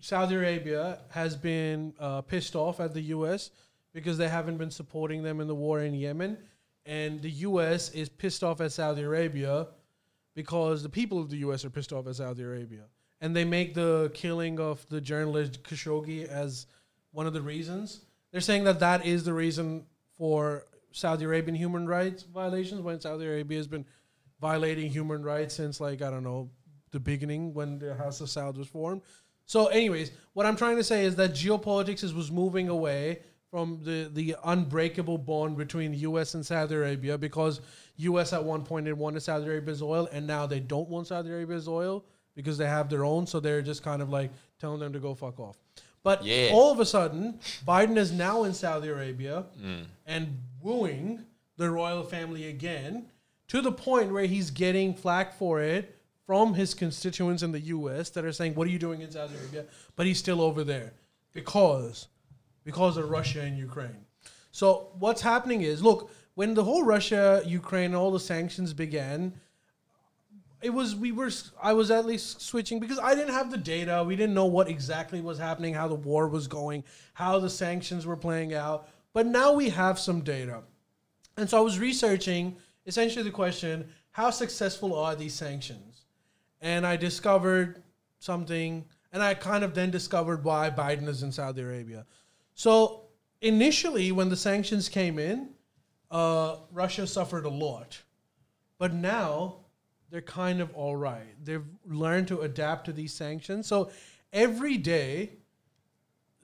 Saudi Arabia has been uh, pissed off at the U.S. because they haven't been supporting them in the war in Yemen, and the U.S. is pissed off at Saudi Arabia because the people of the U.S. are pissed off at Saudi Arabia, and they make the killing of the journalist Khashoggi as one of the reasons. They're saying that that is the reason for Saudi Arabian human rights violations when Saudi Arabia has been violating human rights since like I don't know the beginning when the House of Saud was formed. So, anyways, what I'm trying to say is that geopolitics is, was moving away from the, the unbreakable bond between the U.S. and Saudi Arabia because U.S. at one point had wanted Saudi Arabia's oil and now they don't want Saudi Arabia's oil because they have their own. So they're just kind of like telling them to go fuck off. But
Yeah.
all of a sudden, Biden is now in Saudi Arabia and wooing the royal family again to the point where he's getting flack for it from his constituents in the US that are saying, What are you doing in Saudi Arabia? But he's still over there because because of Russia and Ukraine. So what's happening is look, when the whole Russia, Ukraine, all the sanctions began, it was we were I was at least switching because I didn't have the data. We didn't know what exactly was happening, how the war was going, how the sanctions were playing out. But now we have some data. And so I was researching essentially the question, how successful are these sanctions? And I discovered something and I kind of then discovered why Biden is in Saudi Arabia. So initially when the sanctions came in, uh, Russia suffered a lot. But now they're kind of all right. They've learned to adapt to these sanctions. So every day,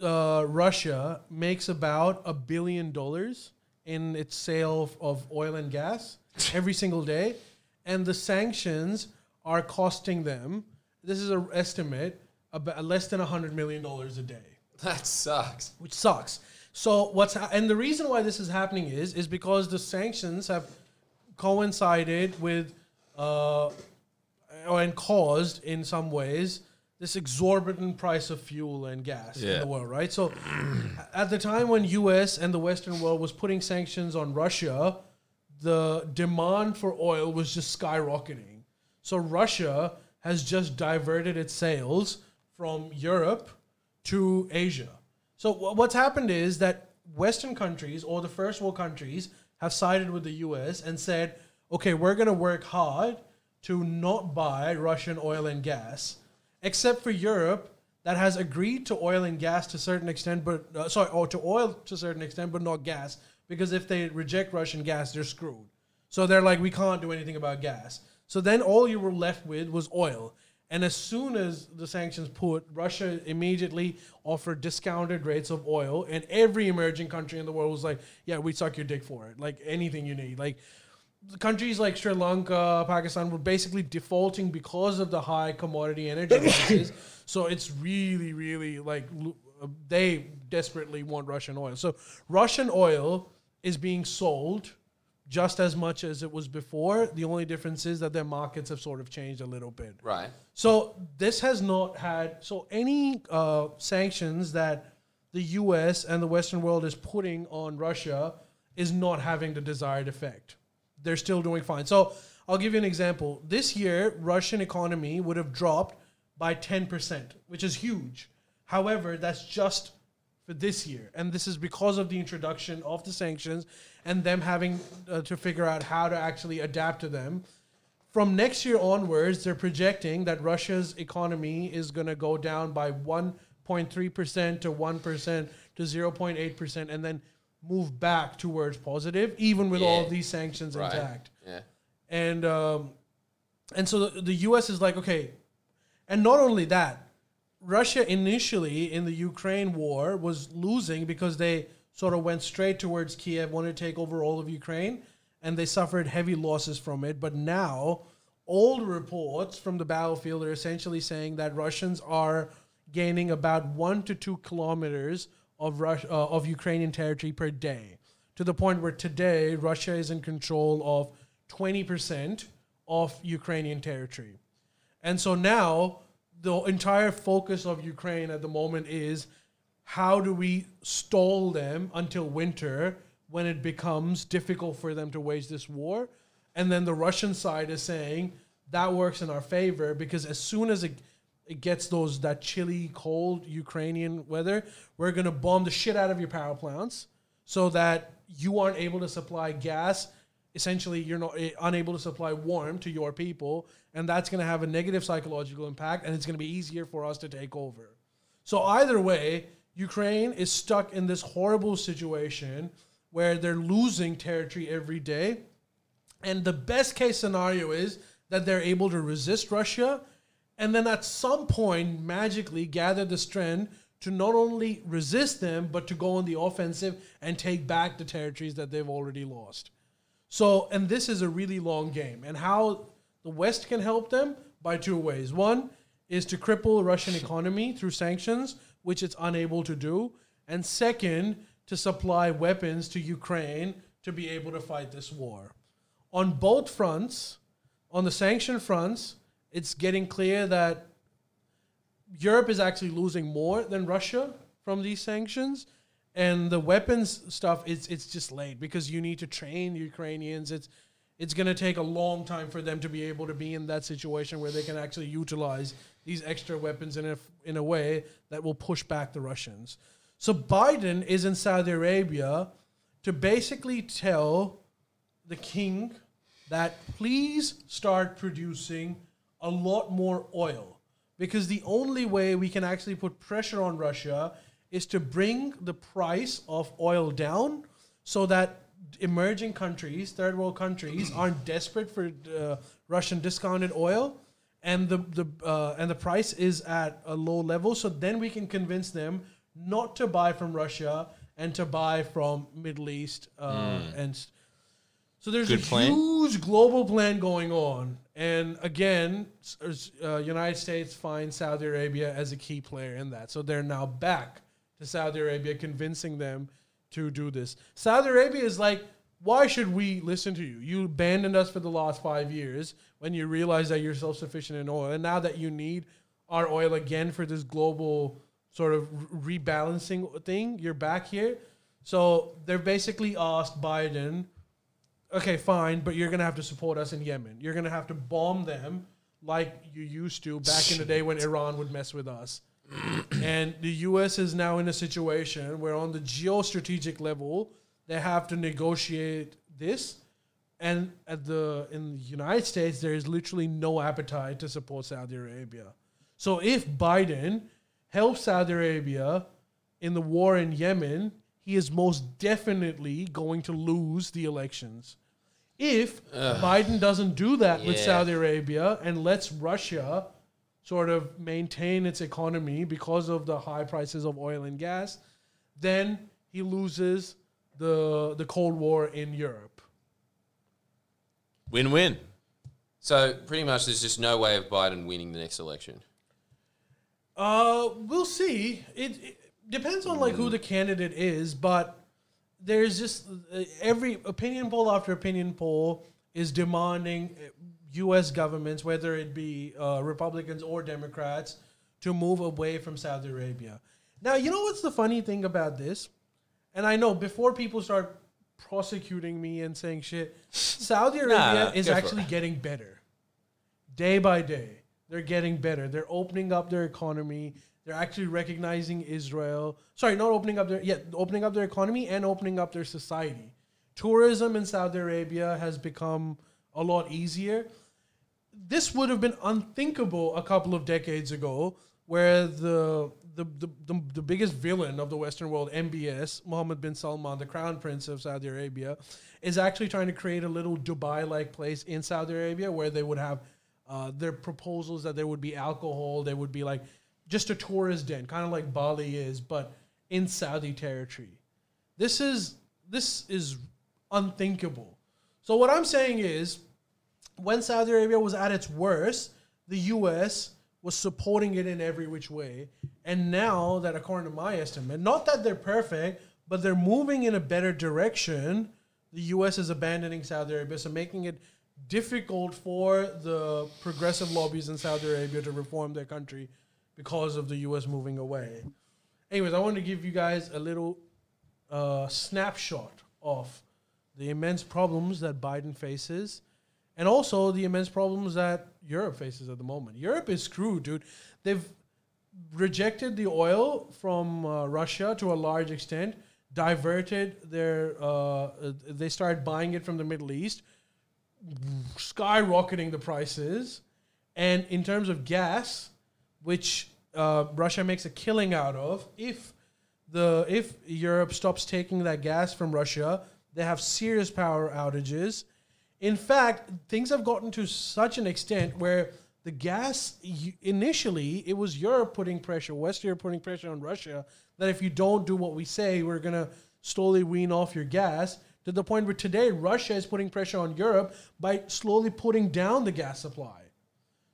uh, Russia makes about a billion dollars in its sale of, of oil and gas every single day. And the sanctions are costing them, this is an estimate, about less than $100 million a day
That sucks.
which sucks. So what's ha- and the reason why this is happening is is because the sanctions have coincided with uh, or- and caused in some ways this exorbitant price of fuel and gas in
Yeah.
the world, right? So at the time when US and the Western world was putting sanctions on Russia, the demand for oil was just skyrocketing. So Russia has just diverted its sales from Europe to Asia. So wh- what's happened is that Western countries or the first world countries have sided with the US and said, okay, we're going to work hard to not buy Russian oil and gas, except for Europe that has agreed to oil and gas to certain extent, but uh, sorry, or to oil to certain extent, but not gas, because if they reject Russian gas, they're screwed. So they're like, we can't do anything about gas. So then all you were left with was oil. And as soon as the sanctions put, Russia immediately offered discounted rates of oil, and every emerging country in the world was like, "Yeah, we suck your dick for it. Like anything you need. Like countries like Sri Lanka, Pakistan were basically defaulting because of the high commodity energy prices. So it's really, really like lo- uh, they desperately want Russian oil. So Russian oil is being sold just as much as it was before. The only difference is that their markets have sort of changed a little bit.
Right.
So this has not had so any uh, sanctions that the U.S. and the Western world is putting on Russia is not having the desired effect. They're still doing fine. So I'll give you an example. This year, Russian economy would have dropped by ten percent, which is huge. However, that's just for this year, and this is because of the introduction of the sanctions and them having uh, to figure out how to actually adapt to them. From next year onwards, they're projecting that Russia's economy is going to go down by 1.3% to 1% to 0.8% and then move back towards positive, even with all
Yeah.
these sanctions
Right.
intact
Yeah.
and um, and so the, the U.S. is like, okay, and not only that, Russia initially in the Ukraine war was losing because they sort of went straight towards Kiev, wanted to take over all of Ukraine, and they suffered heavy losses from it. But now, old reports from the battlefield are essentially saying that Russians are gaining about one to two kilometers of Rush, uh, of Ukrainian territory per day, to the point where today Russia is in control of twenty percent of Ukrainian territory. And so now the entire focus of Ukraine at the moment is how do we stall them until winter when it becomes difficult for them to wage this war? And then the Russian side is saying that works in our favor because as soon as it, it gets those that chilly, cold Ukrainian weather, we're gonna bomb the shit out of your power plants so that you aren't able to supply gas. Essentially, you're not eh, unable to supply warmth to your people, and that's going to have a negative psychological impact, and it's going to be easier for us to take over. So either way, Ukraine is stuck in this horrible situation where they're losing territory every day, and the best case scenario is that they're able to resist Russia and then at some point magically gather the strength to not only resist them, but to go on the offensive and take back the territories that they've already lost. So, and this is a really long game. And how the West can help them by two ways. One is to cripple Russian economy through sanctions, which it's unable to do. And second, to supply weapons to Ukraine to be able to fight this war. On both fronts, on the sanction fronts, it's getting clear that Europe is actually losing more than Russia from these sanctions. And the weapons stuff, it's it's just late because you need to train the Ukrainians. It's it's gonna take a long time for them to be able to be in that situation where they can actually utilize these extra weapons in a f- in a way that will push back the Russians. So Biden is in Saudi Arabia to basically tell the king that please start producing a lot more oil because the only way we can actually put pressure on Russia is to bring the price of oil down so that emerging countries, third world countries, aren't desperate for uh, Russian discounted oil. And the, the uh, and the price is at a low level, so then we can convince them not to buy from Russia and to buy from Middle East uh, and s- so there's
Good
a
plan.
huge global plan going on, and again, s- s- uh, United States finds Saudi Arabia as a key player in that. So they're now back to Saudi Arabia, convincing them to do this. Saudi Arabia is like, why should we listen to you? You abandoned us for the last five years when you realized that you're self-sufficient in oil, and now that you need our oil again for this global sort of re- rebalancing thing, you're back here. So they're basically asked Biden okay, fine, but you're gonna have to support us in Yemen. You're gonna have to bomb them like you used to back in the day when Iran would mess with us. and the U.S. is now in a situation where, on the geostrategic level, they have to negotiate this. And at the in the United States, there is literally no appetite to support Saudi Arabia. So if Biden helps Saudi Arabia in the war in Yemen, he is most definitely going to lose the elections. If Biden doesn't do that with
Yeah.
Saudi Arabia and lets Russia sort of maintain its economy because of the high prices of oil and gas, then he loses the the Cold War in Europe.
Win win.
So pretty much, there's just no way of Biden winning the next election.
Uh, we'll see. It, it depends on like who the candidate is, but there's just uh, every opinion poll after opinion poll is demanding uh, U.S. governments, whether it be uh, Republicans or Democrats, to move away from Saudi Arabia. Now, you know what's the funny thing about this? And I know before people start prosecuting me and saying shit, Saudi Arabia
Nah,
is
go for
actually getting better day by day. They're getting better. They're opening up their economy. They're actually recognizing Israel. Sorry, not opening up their yeah, opening up their economy and opening up their society. Tourism in Saudi Arabia has become a lot easier. This would have been unthinkable a couple of decades ago, where the the, the, the, the biggest villain of the Western world, MBS, Mohammed bin Salman, the crown prince of Saudi Arabia, is actually trying to create a little Dubai like place in Saudi Arabia where they would have uh, their proposals that there would be alcohol, there would be like just a tourist den, kind of like Bali is, but in Saudi territory. This is this is unthinkable. So what I'm saying is, when Saudi Arabia was at its worst, the U.S. was supporting it in every which way, and now that, according to my estimate, not that they're perfect, but they're moving in a better direction. The U.S. is abandoning Saudi Arabia, so making it difficult for the progressive lobbies in Saudi Arabia to reform their country because of the U.S. moving away. Anyways, I want to give you guys a little uh, snapshot of the immense problems that Biden faces and also the immense problems that Europe faces at the moment. Europe is screwed, dude. They've rejected the oil from uh, Russia to a large extent, diverted their, uh, uh, they started buying it from the Middle East, skyrocketing the prices. And in terms of gas, which uh, Russia makes a killing out of, if the if Europe stops taking that gas from Russia, they have serious power outages. In fact, things have gotten to such an extent where the gas y- initially it was Europe putting pressure, West Europe putting pressure on Russia that if you don't do what we say, we're gonna slowly wean off your gas. To the point where today Russia is putting pressure on Europe by slowly putting down the gas supply.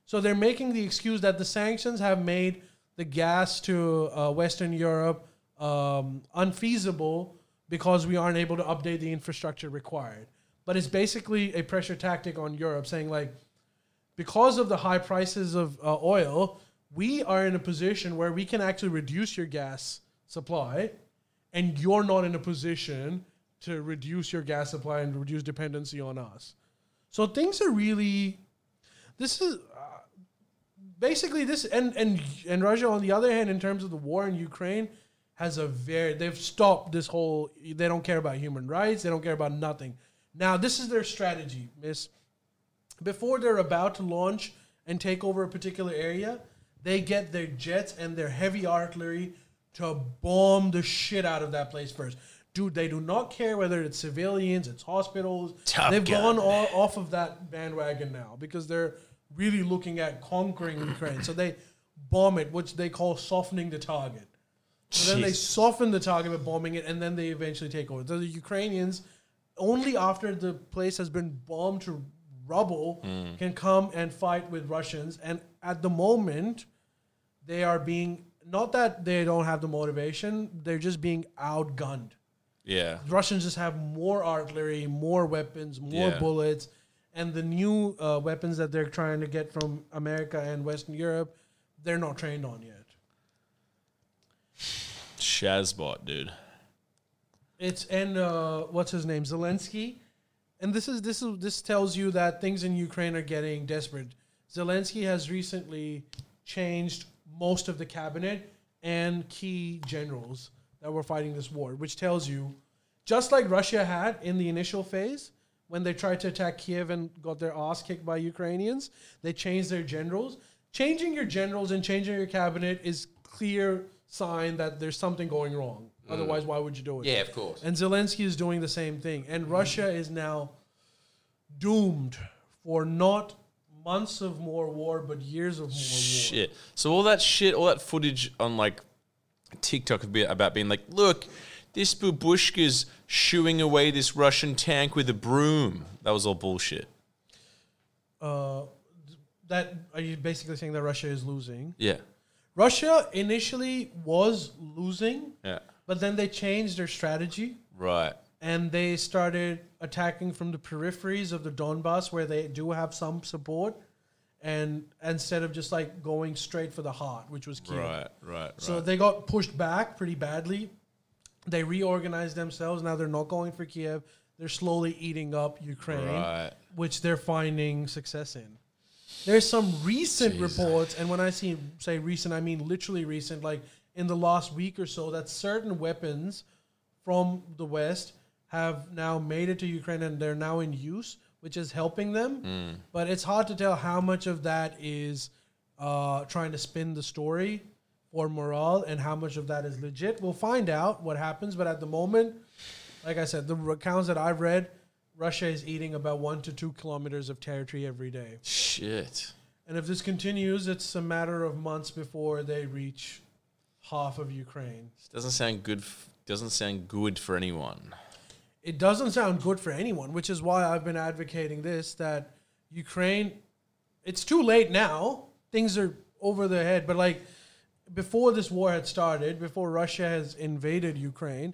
So they're making the excuse that the sanctions have made the gas to uh, Western Europe um, unfeasible because we aren't able to update the infrastructure required. But it's basically a pressure tactic on Europe saying, like, because of the high prices of uh, oil, we are in a position where we can actually reduce your gas supply, and you're not in a position to reduce your gas supply and reduce dependency on us. So things are really this is uh, basically this and and and Russia on the other hand in terms of the war in Ukraine has a very they've stopped this whole they don't care about human rights they don't care about nothing now this is their strategy miss before they're about to launch and take over a particular area they get their jets and their heavy artillery to bomb the shit out of that place first dude they do not care whether it's civilians it's hospitals
Top
they've
Gun.
gone all, off of that bandwagon now because they're really looking at conquering Ukraine. So they bomb it, which they call softening the target. So then they
Jeez.
soften the target by bombing it, and then they eventually take over. So the Ukrainians, only after the place has been bombed to rubble,
Mm.
can come and fight with Russians. And at the moment, they are being not that they don't have the motivation; they're just being outgunned.
Yeah.
Russians just have more artillery, more weapons, more
Yeah.
bullets, and the new uh, weapons that they're trying to get from America and Western Europe, they're not trained on yet.
Shazbot, dude.
It's and uh, what's his name, Zelensky, and this is this is this tells you that things in Ukraine are getting desperate. Zelensky has recently changed most of the cabinet and key generals that were fighting this war, which tells you, just like Russia had in the initial phase when they tried to attack Kiev and got their ass kicked by Ukrainians, they changed their generals. Changing your generals and changing your cabinet is clear sign that there's something going wrong. Otherwise, why would you do it?
Yeah, of course. Mm-hmm.
And Zelensky is doing the same thing. And Russia is now doomed for not months of more war, but years of more war.
Shit. So all that shit, all that footage on like TikTok of be- about being like, look, this babushka's shooing away this Russian tank with a broom. That was all bullshit.
Uh, that are you basically saying that Russia is losing?
Yeah.
Russia initially was losing,
Yeah.
but then they changed their strategy
Right.
and they started attacking from the peripheries of the Donbass where they do have some support. And instead of just like going straight for the heart, which was Kiev.
Right. Right.
So
right.
they got pushed back pretty badly. They reorganized themselves. Now they're not going for Kiev. They're slowly eating up Ukraine,
Right.
which they're finding success in. There's some recent reports, and when I see say recent, I mean literally recent, like in the last week or so, that certain weapons from the West have now made it to Ukraine and they're now in use, which is helping them.
Hmm.
But it's hard to tell how much of that is uh, trying to spin the story for morale and how much of that is legit. We'll find out what happens, but at the moment, like I said, the accounts that I've read, Russia is eating about one to two kilometers of territory every day.
Shit.
And if this continues, it's a matter of months before they reach half of Ukraine.
Doesn't sound good. F- doesn't sound good for anyone.
It doesn't sound good for anyone, which is why I've been advocating this that Ukraine, it's too late now. Things are over their head. But like before this war had started, before Russia has invaded Ukraine,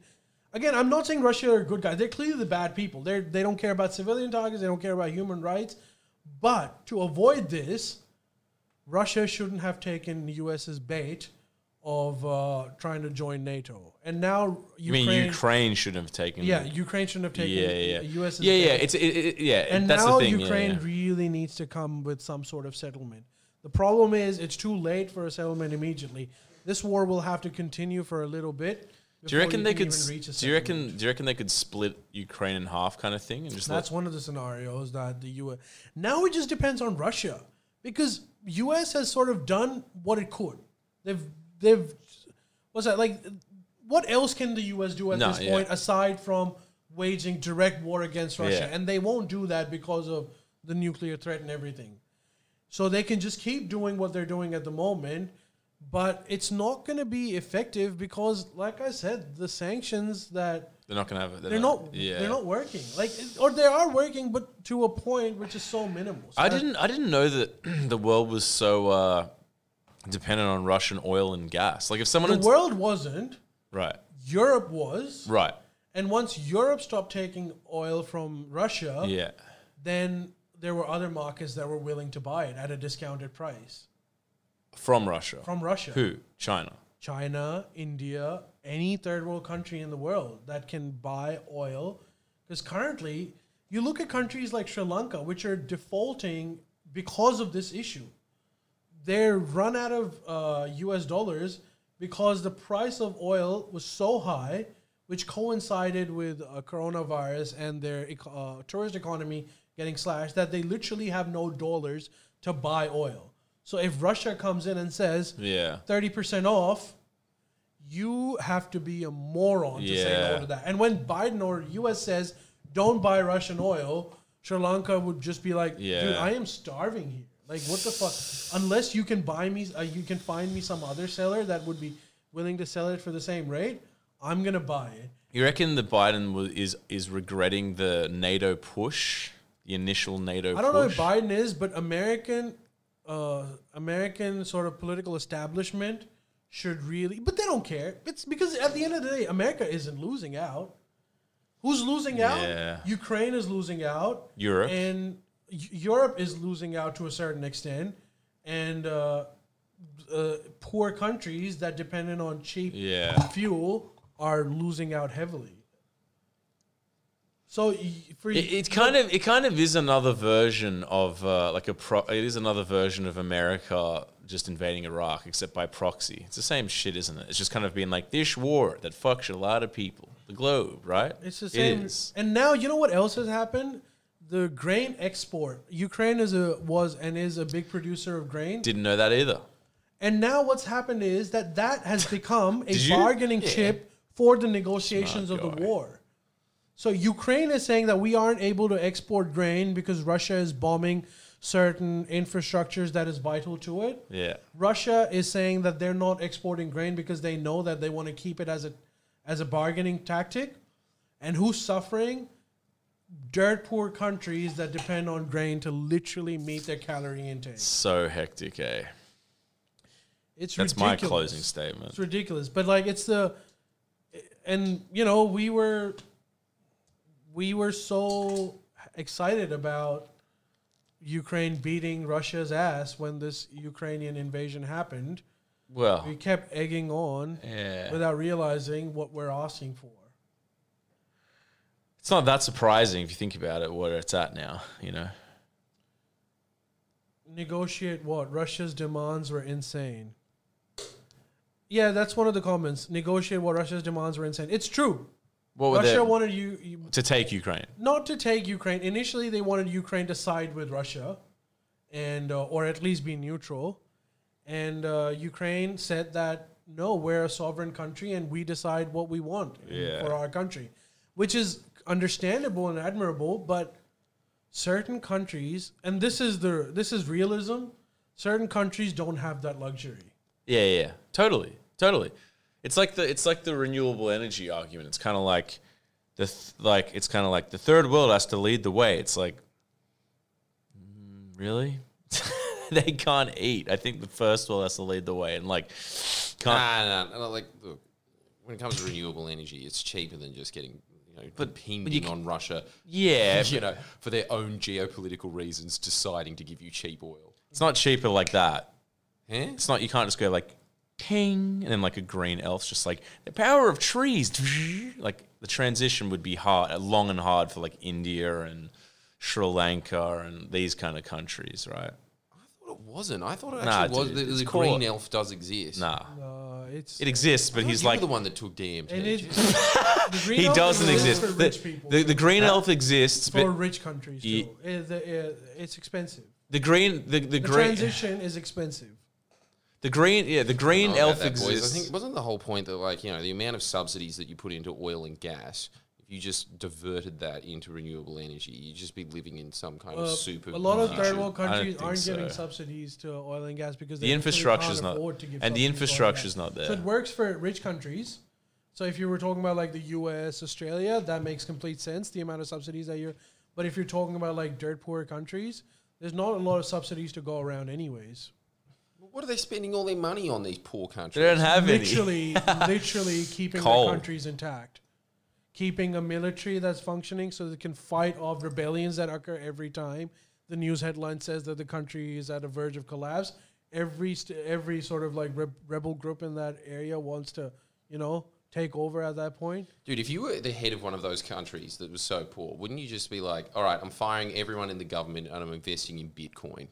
again, I'm not saying Russia are good guys. They're clearly the bad people. They're, they don't care about civilian targets, they don't care about human rights. But to avoid this, Russia shouldn't have taken the US's bait of uh, trying to join NATO. And now
You
Ukraine.
mean Ukraine shouldn't have taken?
Yeah, Ukraine shouldn't have taken.
yeah, yeah,
the U.S.
yeah, yeah. It's it, it, yeah.
and
that's
now
the thing. yeah,
Ukraine
yeah.
really needs to come with some sort of settlement. The problem is it's too late for a settlement immediately. This war will have to continue for a little bit.
Do you
before
reckon they
can
could?
even
s-
reach a
Do you
settlement.
reckon? Do you reckon they could split Ukraine in half, kind of thing, and just
That's
let,
one of the scenarios that the U.S. Now it just depends on Russia because U.S. has sort of done what it could. They've they've what's that like? What else can the U.S. do at
No,
this
yeah.
point aside from waging direct war against Russia?
Yeah.
And they won't do that because of the nuclear threat and everything. So they can just keep doing what they're doing at the moment, but it's not going to be effective because, like I said, the sanctions that
they're not gonna have it.
they're not
Yeah.
they're not working like or they are working but to a point which is so minimal So
I
that-
didn't. I didn't know that the world was so uh, dependent on Russian oil and gas. Like if someone
the
had-
world wasn't
right,
europe was
right,
and once europe stopped taking oil from russia
yeah,
then there were other markets that were willing to buy it at a discounted price
from Russia.
from russia
who? China.
china india any third world country in the world that can buy oil because currently you look at countries like sri lanka which are defaulting because of this issue they're run out of uh, US dollars because the price of oil was so high, which coincided with uh, coronavirus and their eco- uh, tourist economy getting slashed, that they literally have no dollars to buy oil. So if Russia comes in and says,
Yeah.
30% off, you have to be a moron to say no
Yeah.
to that. And when Biden or US says, don't buy Russian oil, Sri Lanka would just be like, dude,
Yeah.
I am starving here. Like, what the fuck? Unless you can buy me, uh, you can find me some other seller that would be willing to sell it for the same rate, I'm going to buy it.
You reckon that Biden was, is is regretting the NATO push, the initial NATO?
I don't know
push?
if Biden is, but American, uh, American sort of political establishment should really, but they don't care. It's because at the end of the day, America isn't losing out. Who's losing out?
Yeah.
Ukraine is losing out.
Europe.
and Eu- Europe is losing out to a certain extent, and uh, uh, poor countries that dependent on cheap
Yeah.
fuel are losing out heavily. So y- for
It, it kind of it kind of is another version of uh, like a pro. It is another version of America just invading Iraq, except by proxy. It's the same shit, isn't it? It's just kind of being like this war that fucks a lot of people, the globe, right?
It's the
It
same.
is.
And now you know what else has happened? The grain export. Ukraine is a was and is a big producer of grain.
Didn't know that either.
and now what's happened is that that has become a
Did you?
bargaining
Yeah.
chip for the negotiations
Smart
of the
guy.
war. So Ukraine is saying that we aren't able to export grain because Russia is bombing certain infrastructures that is vital to it.
Yeah.
Russia is saying that they're not exporting grain because they know that they want to keep it as a as a bargaining tactic. And who's suffering? Dirt poor countries that depend on grain to literally meet their calorie intake.
So hectic, eh?
It's
That's my
ridiculous.
closing statement.
It's ridiculous, but like it's the, and you know we were, we were so excited about Ukraine beating Russia's ass when this Ukrainian invasion happened.
Well,
we kept egging on
Yeah.
without realizing what we're asking for.
it's not that surprising if you think about it where it's at now, you know.
negotiate what? Russia's demands were insane. Yeah, that's one of the comments. Negotiate what Russia's demands were insane. It's true.
What were
Russia
their-
wanted you, you
to take Ukraine?
not to take Ukraine. Initially, they wanted Ukraine to side with Russia, and uh, or at least be neutral. And uh, Ukraine said that no, we're a sovereign country, and we decide what we want
Yeah.
for our country, which is understandable and admirable. But certain countries, and this is the this is realism. Certain countries don't have that luxury.
Yeah, yeah, yeah. totally, totally. It's like the it's like the renewable energy argument. It's kind of like the th- like it's kind of like the third world has to lead the way. It's like mm, really they can't eat. I think the first world has to lead the way, and like can't.
Nah, nah, nah, like look, when it comes to renewable energy, it's cheaper than just getting you know but,
you
pinging
c-
on Russia.
yeah,
you know, for their own geopolitical reasons, deciding to give you cheap oil.
it's not cheaper like that.
Huh?
It's not you can't just go like ping and then like a green elf's just like the power of trees. Like the transition would be hard, long and hard for like India and Sri Lanka and these kind of countries, right?
Well, it wasn't. I thought it
Nah,
actually was.
dude,
the
it's
the
cool.
green elf does exist.
Nah,
Uh, it's
it exists, but he's
you were
like
the one that took DMT.
and it's
Jeez.
the green
he
elf
doesn't
exists
exist.
for rich
The,
people.
the, the green elf exists,
for
but
rich countries
Ye-
too. Eh, the, eh, it's expensive.
the green the, the
The
green
transition is expensive.
the green yeah the
I
green
don't know about
elf
Oh, that, boys. I
exists.
think wasn't the whole point that like you know the amount of subsidies that you put into oil and gas. If you just diverted that into renewable energy, you'd just be living in some kind
Uh,
of super.
a lot of third
future.
world
I don't
countries
think
aren't giving
so.
subsidies to oil and gas because they
The
literally
infrastructure's
can't
not-
afford to give
and the
subsidies to oil
infrastructure's
gas.
not
So
there.
it works for rich countries. So if you were talking about like the U.S., Australia, that makes complete sense. The amount of subsidies that you're, but if you're talking about like dirt poor countries, there's not a lot of subsidies to go around, anyways.
What are they spending all their money on these poor
They
countries?
don't have any.
literally, literally keeping their
Coal.
countries intact, keeping a military that's functioning so they can fight off rebellions that occur every time. The news headline says that the country is at the verge of collapse. Every st- every sort of like reb- rebel group in that area wants to, you know, take over at that point.
Dude, if you were the head of one of those countries that was so poor, wouldn't you just be like, all right, I'm firing everyone in the government and I'm investing in Bitcoin?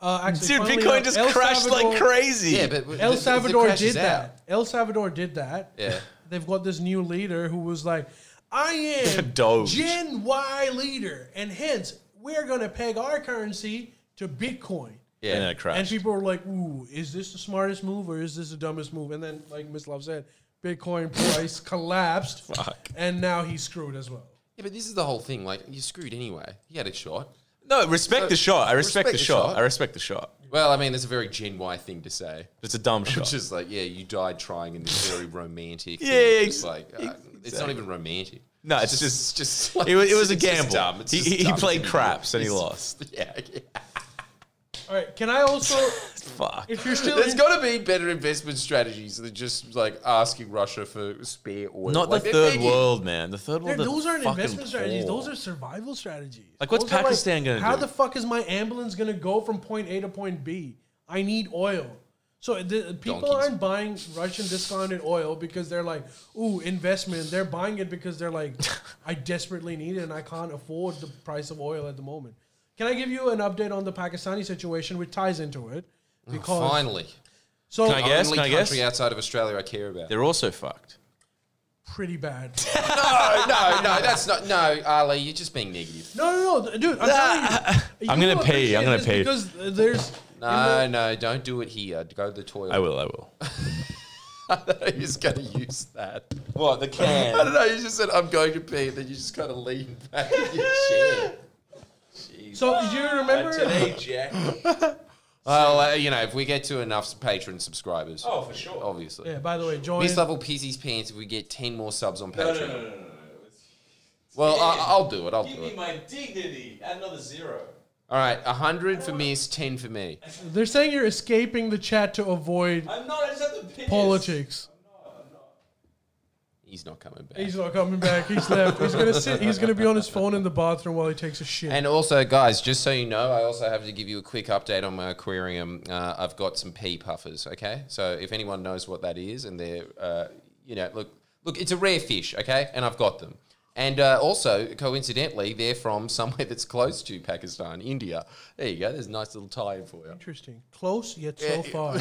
Uh, actually,
Dude,
funnily
Bitcoin
enough,
just
El
crashed like
Salvador-
crazy.
Yeah, but
El
the- the
Salvador
crash
did
is out.
that. El Salvador did that.
Yeah.
They've got this new leader who was like, I am
Doge.
Gen Y leader, and hence we're gonna peg our currency to Bitcoin.
Yeah.
and then it crashed.
And people were like, ooh, is this the smartest move or is this the dumbest move? And then, like Miss Love said, Bitcoin price collapsed.
Fuck.
And now he's screwed as well.
Yeah, but this is the whole thing. Like, you're screwed anyway. He had a shot.
No, respect
So-
the shot. I respect, the, shot.
shot.
I respect the shot.
Well, I mean, that's a very Gen Y thing to say.
It's a dumb shot.
It's just like, yeah, you died trying in this very romantic.
Yeah, ex-
thing. It's like, uh, it's not even romantic.
no, it's just,
It's just like,
it was, it was a
it's just
gamble.
dumb. It's
He,
just
he, he
dumb.
played craps and he
It's-
lost.
Yeah, yeah.
All right, can I also,
Fuck.
if you're still
There's
in-
got to be better investment strategies than just like asking Russia for spare oil.
Not
Like,
the
they- they
third
need-
world, man. The third
They're-
world.
those aren't
fucking
investment strategies.
poor.
Those are survival strategies.
Like, what's
Those are
Pakistan gonna
How
do?
the fuck is my ambulance gonna go from point A to point B? I need oil. So the, people
Donkeys.
aren't buying Russian discounted oil because they're like, ooh, investment. They're buying it because they're like, I desperately need it and I can't afford the price of oil at the moment. Can I give you an update on the Pakistani situation, which ties into it? Because
Finally,
so
Oh, Can I guess?
only
Can I guess?
country outside of Australia I care about.
They're also fucked.
pretty bad.
No, no, no, that's not. No, Ali, you're just being negative.
No, no, no, dude. I'm telling you.
I'm
You
gonna
will
pay,
appreciate
I'm gonna
this
pay.
because uh, there's
No, no, don't do it here. Go to the toilet.
I will. I will.
He's going to use that.
What the
I
can?
don't know. You just said I'm going to pee, and then you just kind of lean back in your chair.
So you remember?
Jack.
Well, uh, you know, if we get to enough patron subscribers,
Oh, for sure.
obviously.
Yeah. By the way, join.
Miss Level pisses his pants if we get ten more subs on Patreon. Well, I, I'll do it. I'll do it.
my dignity. Add another zero.
All right, hundred for Miss, ten for me.
They're saying you're escaping the chat to avoid
I'm not. I just have to piss.
politics.
He's not coming back.
He's not coming back. He's left. He's gonna sit. He's gonna be on his phone in the bathroom while he takes a shit.
And also, guys, just so you know, I also have to give you a quick update on my aquarium. Uh, I've got some pea puffers. Okay, so if anyone knows what that is, and they're, uh, you know, look, look, it's a rare fish. Okay, and I've got them. And uh, also, coincidentally, they're from somewhere that's close to Pakistan, India. There you go. There's a nice little tie-in for you.
Interesting. Close yet so
yeah.
far.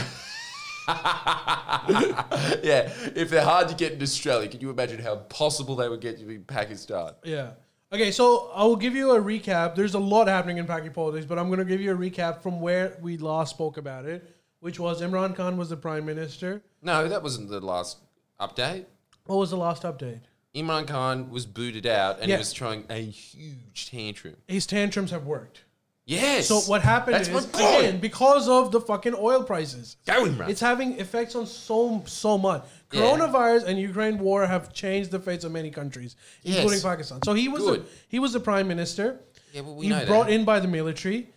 yeah, if they're hard to get in Australia, can you imagine how impossible they would get to be in Pakistan?
Yeah. Okay, so I will give you a recap. There's a lot happening in Pakistan politics, but I'm going to give you a recap from where we last spoke about it, which was Imran Khan was the prime minister.
No, that wasn't the last update.
What was the last update?
Imran Khan was booted out and
Yeah.
he was throwing a huge tantrum.
His tantrums have worked.
Yes.
So what happened
That's
is
my point.
again because of the fucking oil prices.
Go, Imran.
It's having effects on so so much.
Yeah.
Coronavirus and Ukraine war have changed the fates of many countries, including Pakistan. So he was the,
Good.
he was the prime minister. Yeah,
but we
he
know
brought
that.
in by the military.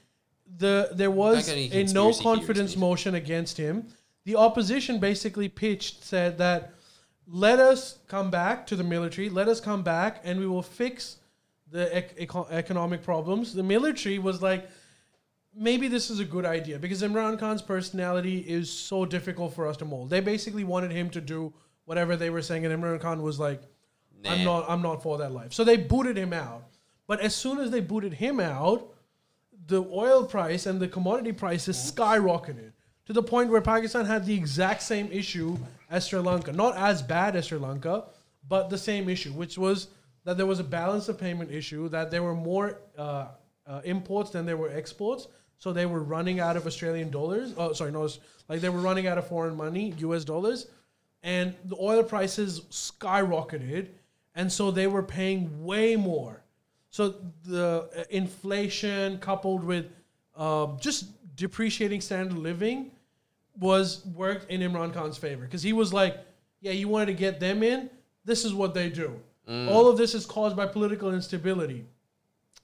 The there was
got any
a no
conspiracy
confidence
theories,
motion against him. The opposition basically pitched said that let us come back to the military, let us come back, and we will fix the ec- eco- economic problems. The military was like, maybe this is a good idea because Imran Khan's personality is so difficult for us to mold. They basically wanted him to do whatever they were saying, and Imran Khan was like, "I'm
Nah.
not, I'm not for that life." So they booted him out. But as soon as they booted him out, the oil price and the commodity prices skyrocketed to the point where Pakistan had the exact same issue as Sri Lanka. Not as bad as Sri Lanka, but the same issue, which was that there was a balance of payment issue, that there were more uh, uh, imports than there were exports. So they were running out of Australian dollars. Oh, sorry, no, it's- like they were running out of foreign money, US dollars. And the oil prices skyrocketed. And so they were paying way more. So the uh, inflation coupled with um, just depreciating standard of living was worked in Imran Khan's favor because he was like, yeah, you wanted to get them in. This is what they do.
Mm.
All of this is caused by political instability.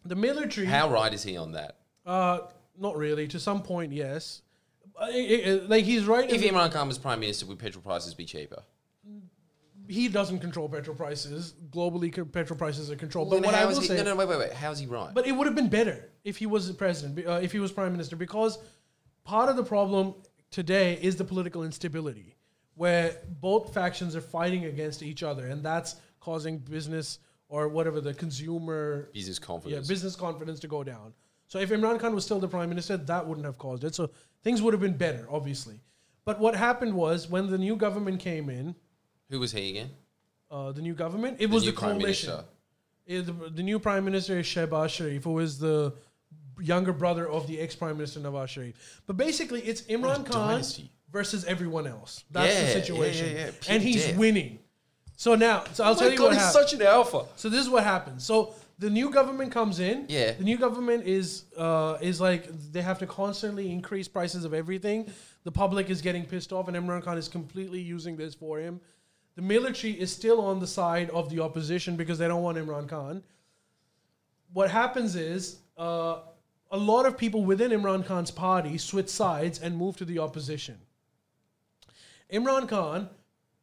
The military,
How right is he on that?
uh, not really. To some point, yes. Uh, it- it- like he's right. in
If
the-
Imran Khan was prime minister, would petrol prices be cheaper?
he doesn't control petrol prices globally. co- Petrol prices are controlled.
Then
But what I
how
will
is he,
say,
no, no, wait, wait, wait. How is he right?
But it would have been better if he was the president, be- uh, if he was prime minister, because part of the problem today is the political instability, where both factions are fighting against each other, and that's causing business or whatever the consumer
Business
yeah,
confidence.
business confidence to go down. So if Imran Khan was still the prime minister, that wouldn't have caused it. So things would have been better, obviously. But what happened was when the new government came in,
Who was he again?
uh, the new government, it was
new
the coalition.
minister.
Yeah, the, the new prime minister is Shehbaz Sharif, who is the younger brother of the ex prime minister Nawaz Sharif. But basically, it's Imran Khan
dynasty.
versus everyone else. That's
Yeah, yeah,
the
yeah,
situation,
yeah. Pure
and he's
death.
winning. So now, so I'll
Oh
tell
my
you
God,
what
he's
happened.
such an alpha.
So this is what happens. So the new government comes in.
Yeah.
The new government is uh, is like they have to constantly increase prices of everything. The public is getting pissed off, and Imran Khan is completely using this for him. The military is still on the side of the opposition because they don't want Imran Khan. What happens is uh, a lot of people within Imran Khan's party switch sides and move to the opposition. Imran Khan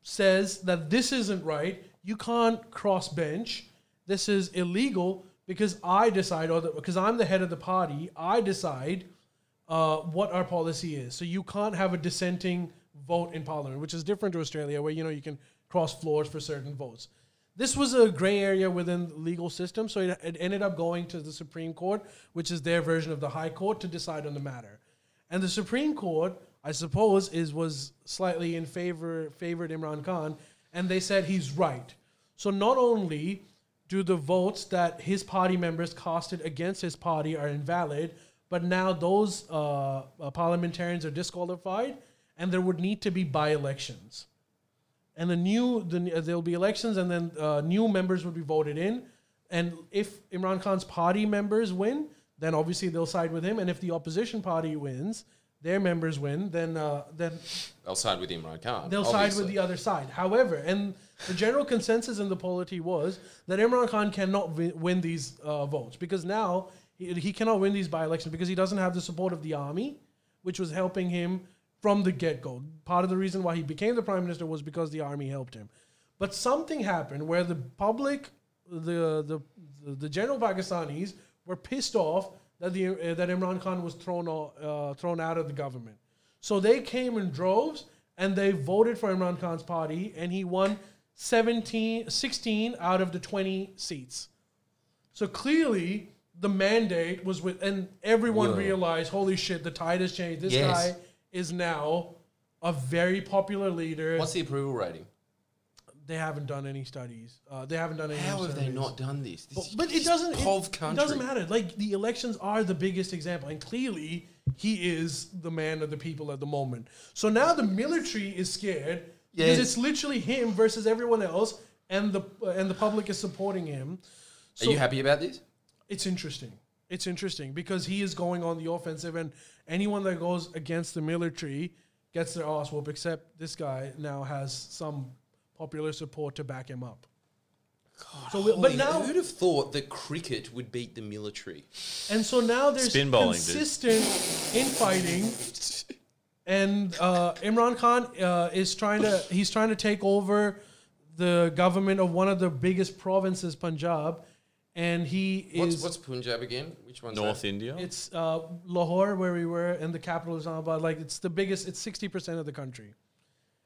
says that this isn't right. You can't cross bench. This is illegal because I decide, or the, because I'm the head of the party, I decide uh, what our policy is. So you can't have a dissenting vote in parliament, which is different to Australia, where you know you can cross floors for certain votes. This was a gray area within the legal system, so it, it ended up going to the Supreme Court, which is their version of the High Court, to decide on the matter. And the Supreme Court, I suppose, is was slightly in favor favored Imran Khan, and they said he's right. So not only do the votes that his party members casted against his party are invalid, but now those uh, uh, parliamentarians are disqualified, and there would need to be by-elections. And the new the, uh, there'll be elections, and then uh, new members would be voted in. And if Imran Khan's party members win, then obviously they'll side with him. And if the opposition party wins, their members win, then uh, then
They'll side with Imran Khan.
they'll side with the other side. However, and the general consensus in the polity was that Imran Khan cannot wi- win these uh, votes because now he, he cannot win these by-elections because he doesn't have the support of the army, which was helping him from the get-go. Part of the reason why he became the prime minister was because the army helped him. But something happened where the public, the the the, the general Pakistanis were pissed off that the uh, that Imran Khan was thrown o- uh, thrown out of the government. So they came in droves and they voted for Imran Khan's party, and he won 17, 16 out of the 20 seats. So clearly, the mandate was with, and everyone
Whoa.
realized, holy shit, the tide has changed. This
Yes.
guy is now a very popular leader.
What's the approval rating?
they haven't done any studies. Uh, they haven't done any.
How have they
surveys.
not done this? This
But,
is-
but
this
it
is
doesn't. It,
Pov
it doesn't matter. Like the elections are the biggest example, and clearly he is the man of the people at the moment. So now the military is scared because
Yes.
it's literally him versus everyone else, and the uh, and the public is supporting him.
Are you happy about this?
It's interesting. It's interesting because he is going on the offensive, and anyone that goes against the military gets their ass whooped. Except this guy now has some popular support to back him up. so, we- but
Holy-
now
who'd have thought that cricket would beat the military?
And so now there's
Spin bowling, dude.
consistent infighting, and uh, Imran Khan uh, is trying to he's trying to take over the government of one of the biggest provinces, Punjab, and he is
What's, what's Punjab again? Which one's
North
that?
India.
it's uh, Lahore where we were, and the capital is Islamabad. Like it's the biggest, it's sixty percent of the country.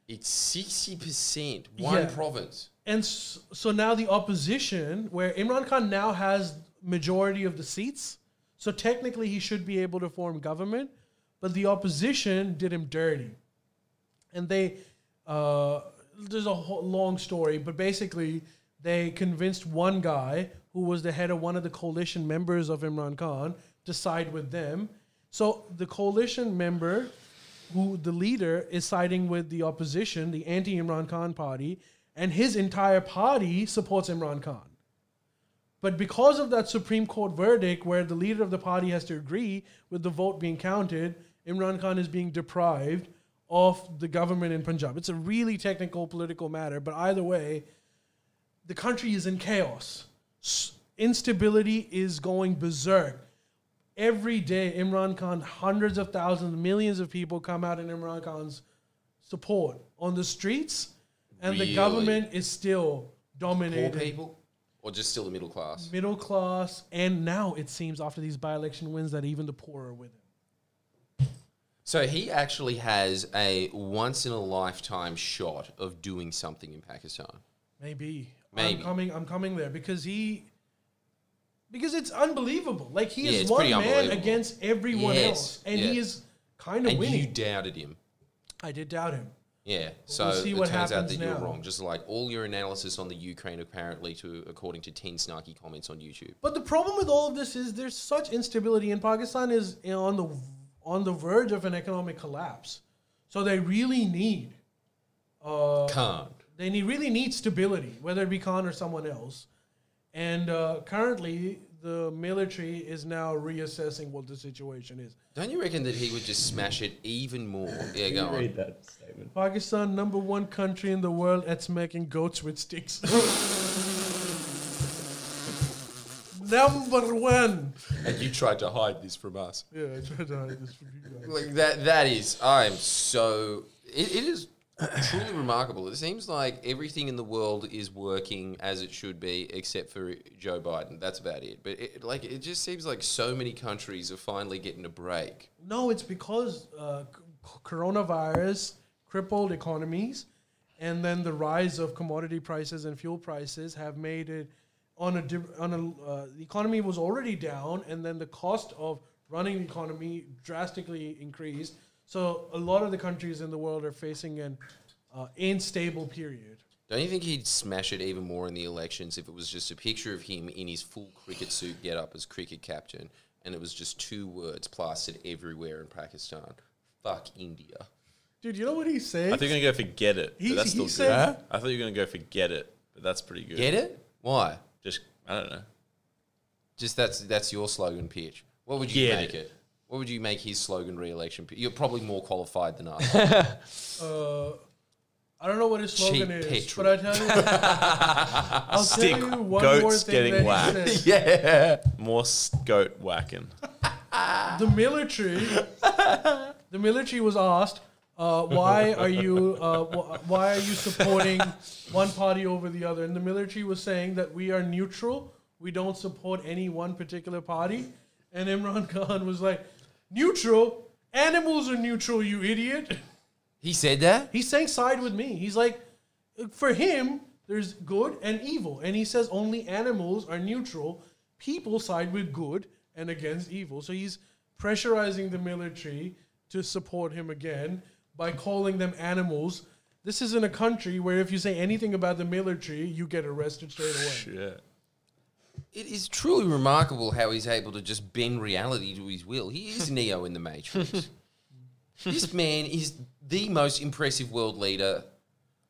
It's sixty percent. One
Yeah.
province.
And s- so now the opposition, where Imran Khan now has majority of the seats, so technically he should be able to form government, but the opposition did him dirty, and they. Uh, there's a whole long story, but basically they convinced one guy who was the head of one of the coalition members of Imran Khan to side with them. So the coalition member who the leader is siding with the opposition, the anti Imran Khan party, and his entire party supports Imran Khan. But because of that Supreme Court verdict, where the leader of the party has to agree with the vote being counted, Imran Khan is being deprived of the government in Punjab. It's a really technical political matter, but either way, the country is in chaos. S- Instability is going berserk every day Imran Khan, hundreds of thousands, millions of people come out in Imran Khan's support on the streets, and the
Really?
government is still
Poor
dominating
people, or just still the middle class?
middle class, and now it seems after these by-election wins that even the poor are with him.
So he actually has a once in a lifetime shot of doing something in Pakistan.
Maybe.
Maybe.
I'm coming. I'm coming there because he. Because it's unbelievable. Like he
Yeah,
is
it's
one
pretty
man
unbelievable.
against everyone
Yes,
else, and he
yeah.
is kind of
And
winning.
you doubted him.
I did doubt him.
Yeah. So
see
it
what
turns out
happens
that you were
now.
wrong. Just like all your analysis on the Ukraine apparently to according to 10 snarky comments on YouTube.
But the problem with all of this is there's such instability, and Pakistan is you know, on the on the verge of an economic collapse. So they really need uh,
Can't.
they need really need stability, whether it be Khan or someone else. And uh, currently, the military is now reassessing what the situation is.
Don't you reckon that he would just smash it even more? Yeah,
Can
go
you
on.
read that statement?
Pakistan, number one country in the world at smacking goats with sticks. number one.
And you tried to hide this from us.
Yeah, I tried to hide this from you guys.
Like that that is I am so it, it is truly remarkable. It seems like everything in the world is working as it should be except for Joe Biden. That's about it. But it, like it just seems like so many countries are finally getting a break.
No, it's because uh, c- c- coronavirus crippled economies, and then the rise of commodity prices and fuel prices have made it on a diff- on a uh, the economy was already down, and then the cost of running the economy drastically increased. So a lot of the countries in the world are facing an uh, unstable period.
Don't you think he'd smash it even more in the elections if it was just a picture of him in his full cricket suit get up as cricket captain and it was just two words plastered everywhere in Pakistan. Fuck India.
Dude, you know what he's saying?
I think I'm gonna go for get it.
He-
But that's
he
still
said-
good.
Huh?
I thought you were gonna go for get it, but that's pretty good.
Get it? Why?
Just I don't know.
Just that's that's your slogan pitch. What would you
Get
make it?
it.
What would you make his slogan re-election? pi- You're probably more qualified than us.
uh, I don't know what his slogan
Cheap
is,
petrol.
but I tell you, I'll tell
Stick
you one
goats
more thing
getting
that he
whacked.
said.
yeah.
More s- goat whacking.
the military the military was asked uh, why are you uh, wh- why are you supporting one party over the other and the military was saying that we are neutral we don't support any one particular party and imran khan was like neutral animals are neutral you idiot
He said that?
he's saying side with me he's like for him There's good and evil, and he says only animals are neutral. People side with good and against evil. So he's pressurizing the military to support him again by calling them animals. This is in a country where if you say anything about the military, you get arrested straight away.
Shit.
It is truly remarkable how he's able to just bend reality to his will. He is Neo in the Matrix. this man is the most impressive world leader.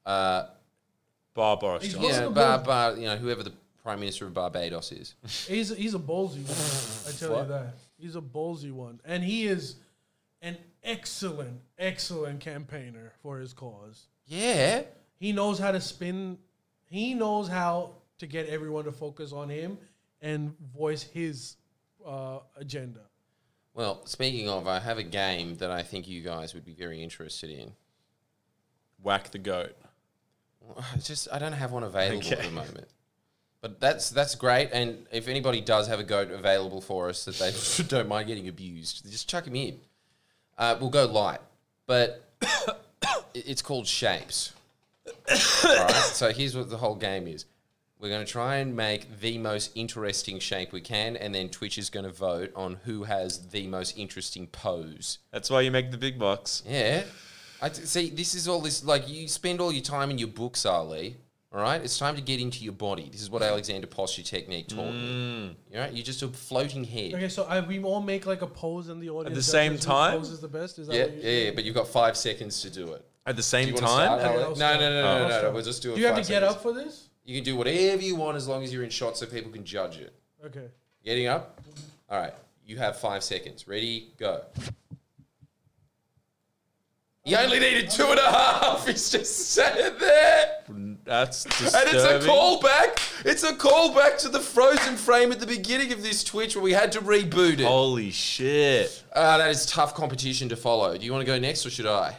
Uh,
Bar Boris Johnson.
What's
yeah,
the
bar,
world-
bar, you know, whoever the Prime Minister of Barbados is.
He's he's a ballsy one. I tell
What?
you that. He's a ballsy one, and he is an excellent, excellent campaigner for his cause.
Yeah.
He knows how to spin. He knows how to get everyone to focus on him and voice his uh, agenda.
Well, speaking of, I have a game that I think you guys would be very interested in.
Whack the goat.
I just I don't have one available at
Okay.
the moment. But that's that's great, and if anybody does have a goat available for us that they don't mind getting abused, just chuck him in. Uh, we'll go light, but it- it's called shapes. Alright, So here's what the whole game is: we're going to try and make the most interesting shape we can, and then Twitch is going to vote on who has the most interesting pose.
That's why you make the big bucks.
Yeah. I t- see. This is all this like you spend all your time in your books, Ali. All right, it's time to get into your body. This is what Alexander Posture technique taught me. All right, you're just a floating head.
Okay, so I, we all make like a pose in the audience that
same
says which
time?
Pose is the best. Is that
Yeah,
what you're
yeah, yeah, but you've got five seconds to do it.
At the
Do you
same
want to start,
time?
Okay,
Ali?
I'll
No, no,
start.
no, no, no, no,
I'll
no.
start.
We'll just do it.
Do you have
five
to get
seconds.
up for this?
You can do whatever you want as long as you're in shots so people can judge it.
Okay.
Getting up. All right, you have five seconds. Ready? Go. You only needed two and a half. He's just sat there.
That's
And
disturbing.
it's a callback. It's a callback to the frozen frame at the beginning of this Twitch where we had to reboot it. Ah,
Holy shit.
that is tough competition to follow. Do you want to go next or should I?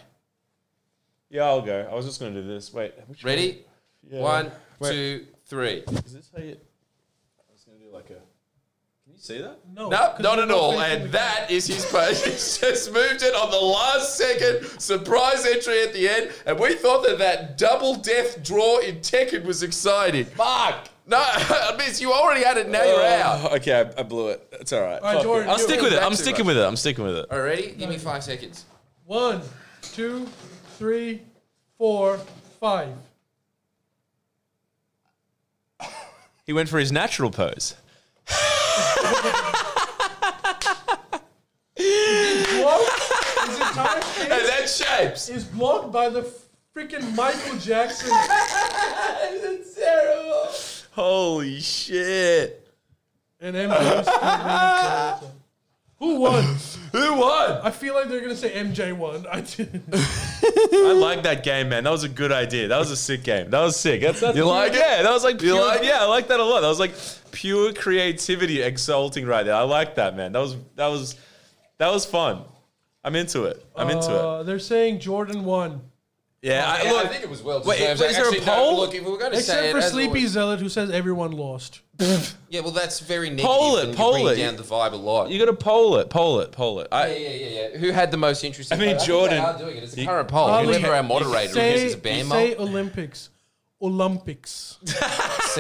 Yeah, I'll go. I was just going to do this. Wait. which one?
Ready?
Yeah.
One,
Wait.
two, three.
Is this how you. I was going to do like a. Can you see that?
No,
Nope,
'cause
not
we're
at all.
facing
And
the-
that is his post. He's just moved it on the last second. Surprise entry at the end. And we thought that that double death draw in Tekken was excited. Fuck! No, I mean, you already had it. Now you're out.
Oh, okay, I, I blew it. It's all right.
right,
Fuck
Jordan,
it. I'll
you-
stick with it.
Back
I'm
to
sticking
it.
with it. I'm sticking with it.
All right, ready? Give me five seconds.
One, two, three, four, five.
He went for his natural pose.
Block, his entire
And
face
that shapes.
is blocked by the freaking Michael Jackson.
It's terrible.
Holy shit.
And MJ. Who won?
Who won?
I feel like they're gonna say MJ won. I did.
I like that game, man. That was a good idea. That was a sick game. That was sick. That's, that's
You like it?
yeah, that was like pure,
like it?
yeah, I like that a lot. That was like pure creativity exulting right there. I like that, man. That was that was that was fun. I'm into it. I'm into it.
Uh, they're saying Jordan won,
Yeah, I,
I,
look,
think it was well
Wait,
deserved.
is there a
Actually, no,
poll?
look, if we were going to say
except
it,
for
as
Sleepy
always-
Zealot, who says everyone lost.
Yeah, well, that's very negative.
Poll it,
and
poll
bringing
it.
down the vibe a lot.
you got to poll it, poll it, poll it. I,
yeah, yeah, yeah, yeah. Who had the most interesting?
I mean,
vote? think
Jordan-
They are doing it. It's a
You-
current poll.
Ali,
Whoever our moderator is,
Say,
is a band
say
mole.
Olympics, Olympics.
See,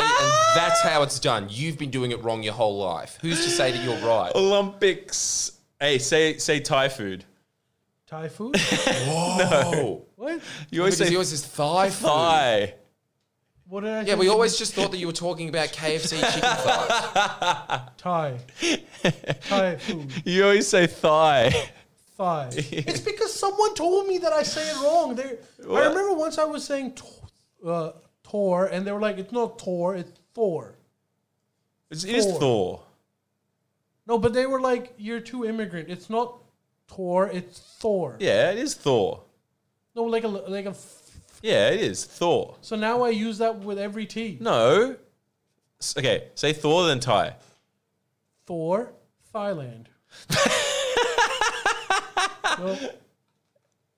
and that's how it's done. You've been doing it wrong your whole life. Who's to say that you're right?
Olympics. Hey, say say Thai food.
Thai food.
Oh.
No,
What?
you always
Because
say
yours is thigh food.
Thai.
What did I?
Yeah, we always just thought that you were talking about KFC chicken thighs.
Thai. Thai food.
You always say Thai.
Thigh. it's because someone told me that I say it wrong. They, I remember once I was saying to, uh, Tor, and they were like, "It's not Tor, it's Thor."
It's, it is
Thor.
Thor.
No, but they were like, "You're too immigrant. It's not Tor, it's Thor."
Yeah, it is Thor.
No, like a like a. F-
Yeah, it is Thor.
so now I use that with every T.
No. S- Okay, say Thor then Thai.
Thor, Thailand. no.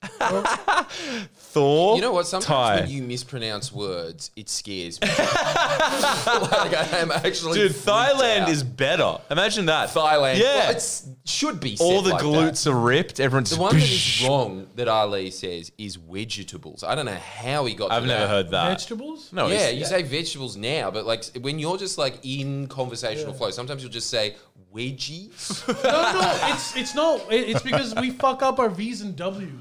Thor.
You know what? Sometimes
tie.
when you mispronounce words, it scares me. like I am actually
Dude,
freaked
Thailand
out.
is better. Imagine that.
Thailand.
Yeah.
well, it should be.
All
said
the
like
glutes
That.
are ripped. Everyone's
The
just
one that is wrong that Ali says is vegetables. I don't know how he got.
I've
to
never
that.
heard that.
Vegetables?
Uh, No,
Yeah,
it's-
you say vegetables now, but like when you're just like in conversational flow, sometimes you'll just say wedgies.
No, no, it's it's not. It- It's because we fuck up our V's and W's.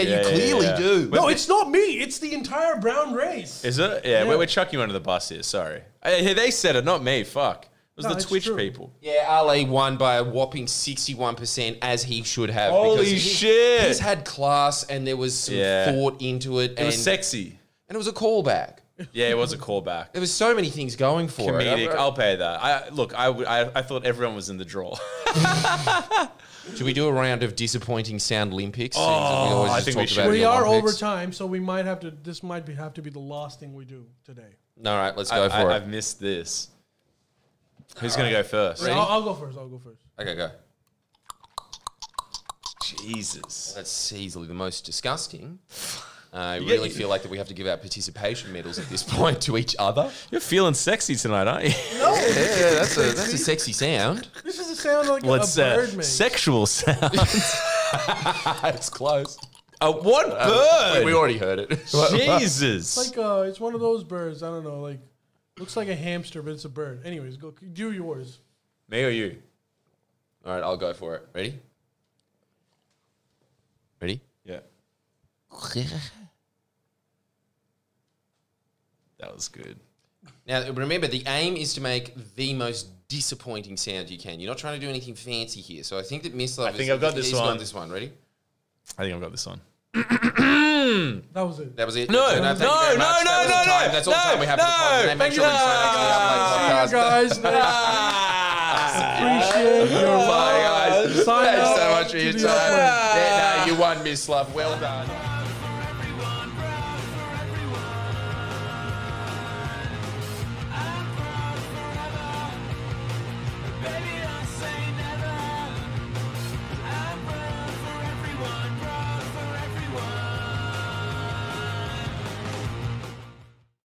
Yeah, yeah,
you clearly
yeah.
do.
No, it's not me. It's the entire brown race.
Is it? Yeah, We're, we're chucking you under the bus here. Sorry. Hey, they said it, not me. Fuck. It was
No,
the
it's
Twitch
true.
people.
Yeah, Ali won by a whopping 61% as he should have.
Holy
because he-
shit.
He's had class and there was some
Yeah.
thought into it.
It
and,
was sexy.
and it was a callback.
Yeah, it was a callback.
There was so many things going for
Comedic.
it.
I'll pay that. I look. I would- I- I thought everyone was in the draw.
Should we do a round of disappointing sound Olympics? Oh,
I think we should.
We are over time, so we might have to. This might be, have to be the last thing we do today.
All right, let's
I,
go for
I,
it.
have missed this. Who's gonna go first?
I'll, I'll go first. I'll go first.
Okay, go.
Jesus.
That's easily the most disgusting. I
Yeah,
really
you-
feel like that we have to give out participation medals at this point to each other.
You're feeling sexy tonight, aren't you?
Yeah, that's a that's a sexy sound.
This is a sound like
Let's
a bird
uh,
makes.
sexual sound. Ah,
it's close.
uh, what bird?
Um, We already heard it.
Jesus.
It's like uh, it's one of those birds. I don't know. Like looks like a hamster, but it's a bird. Anyways, go do yours.
Me or you?
All right, I'll go for it. Ready? Ready?
Yeah. That was good.
Now, remember, the aim is to make the most disappointing sound you can. You're not trying to do anything fancy here. So I think that Miss Love
think
is-
I've got this
he's
one.
this one. Ready?
I think I've got this one.
That was it.
That was it.
No,
That's it.
no,
thank you very
no,
much.
no,
That was the
no,
time.
no,
That's all the time we have for
no.
the time. Make
Thank
sure
you.
you sign up
See you
to the Unplugged podcast.
guys.
Ah!
Appreciate your
Bye, guys.
Sign
Thanks
up
so much for
to
your
the
time.
Unplugged.
Yeah, no, you won, Miss Love. Well done.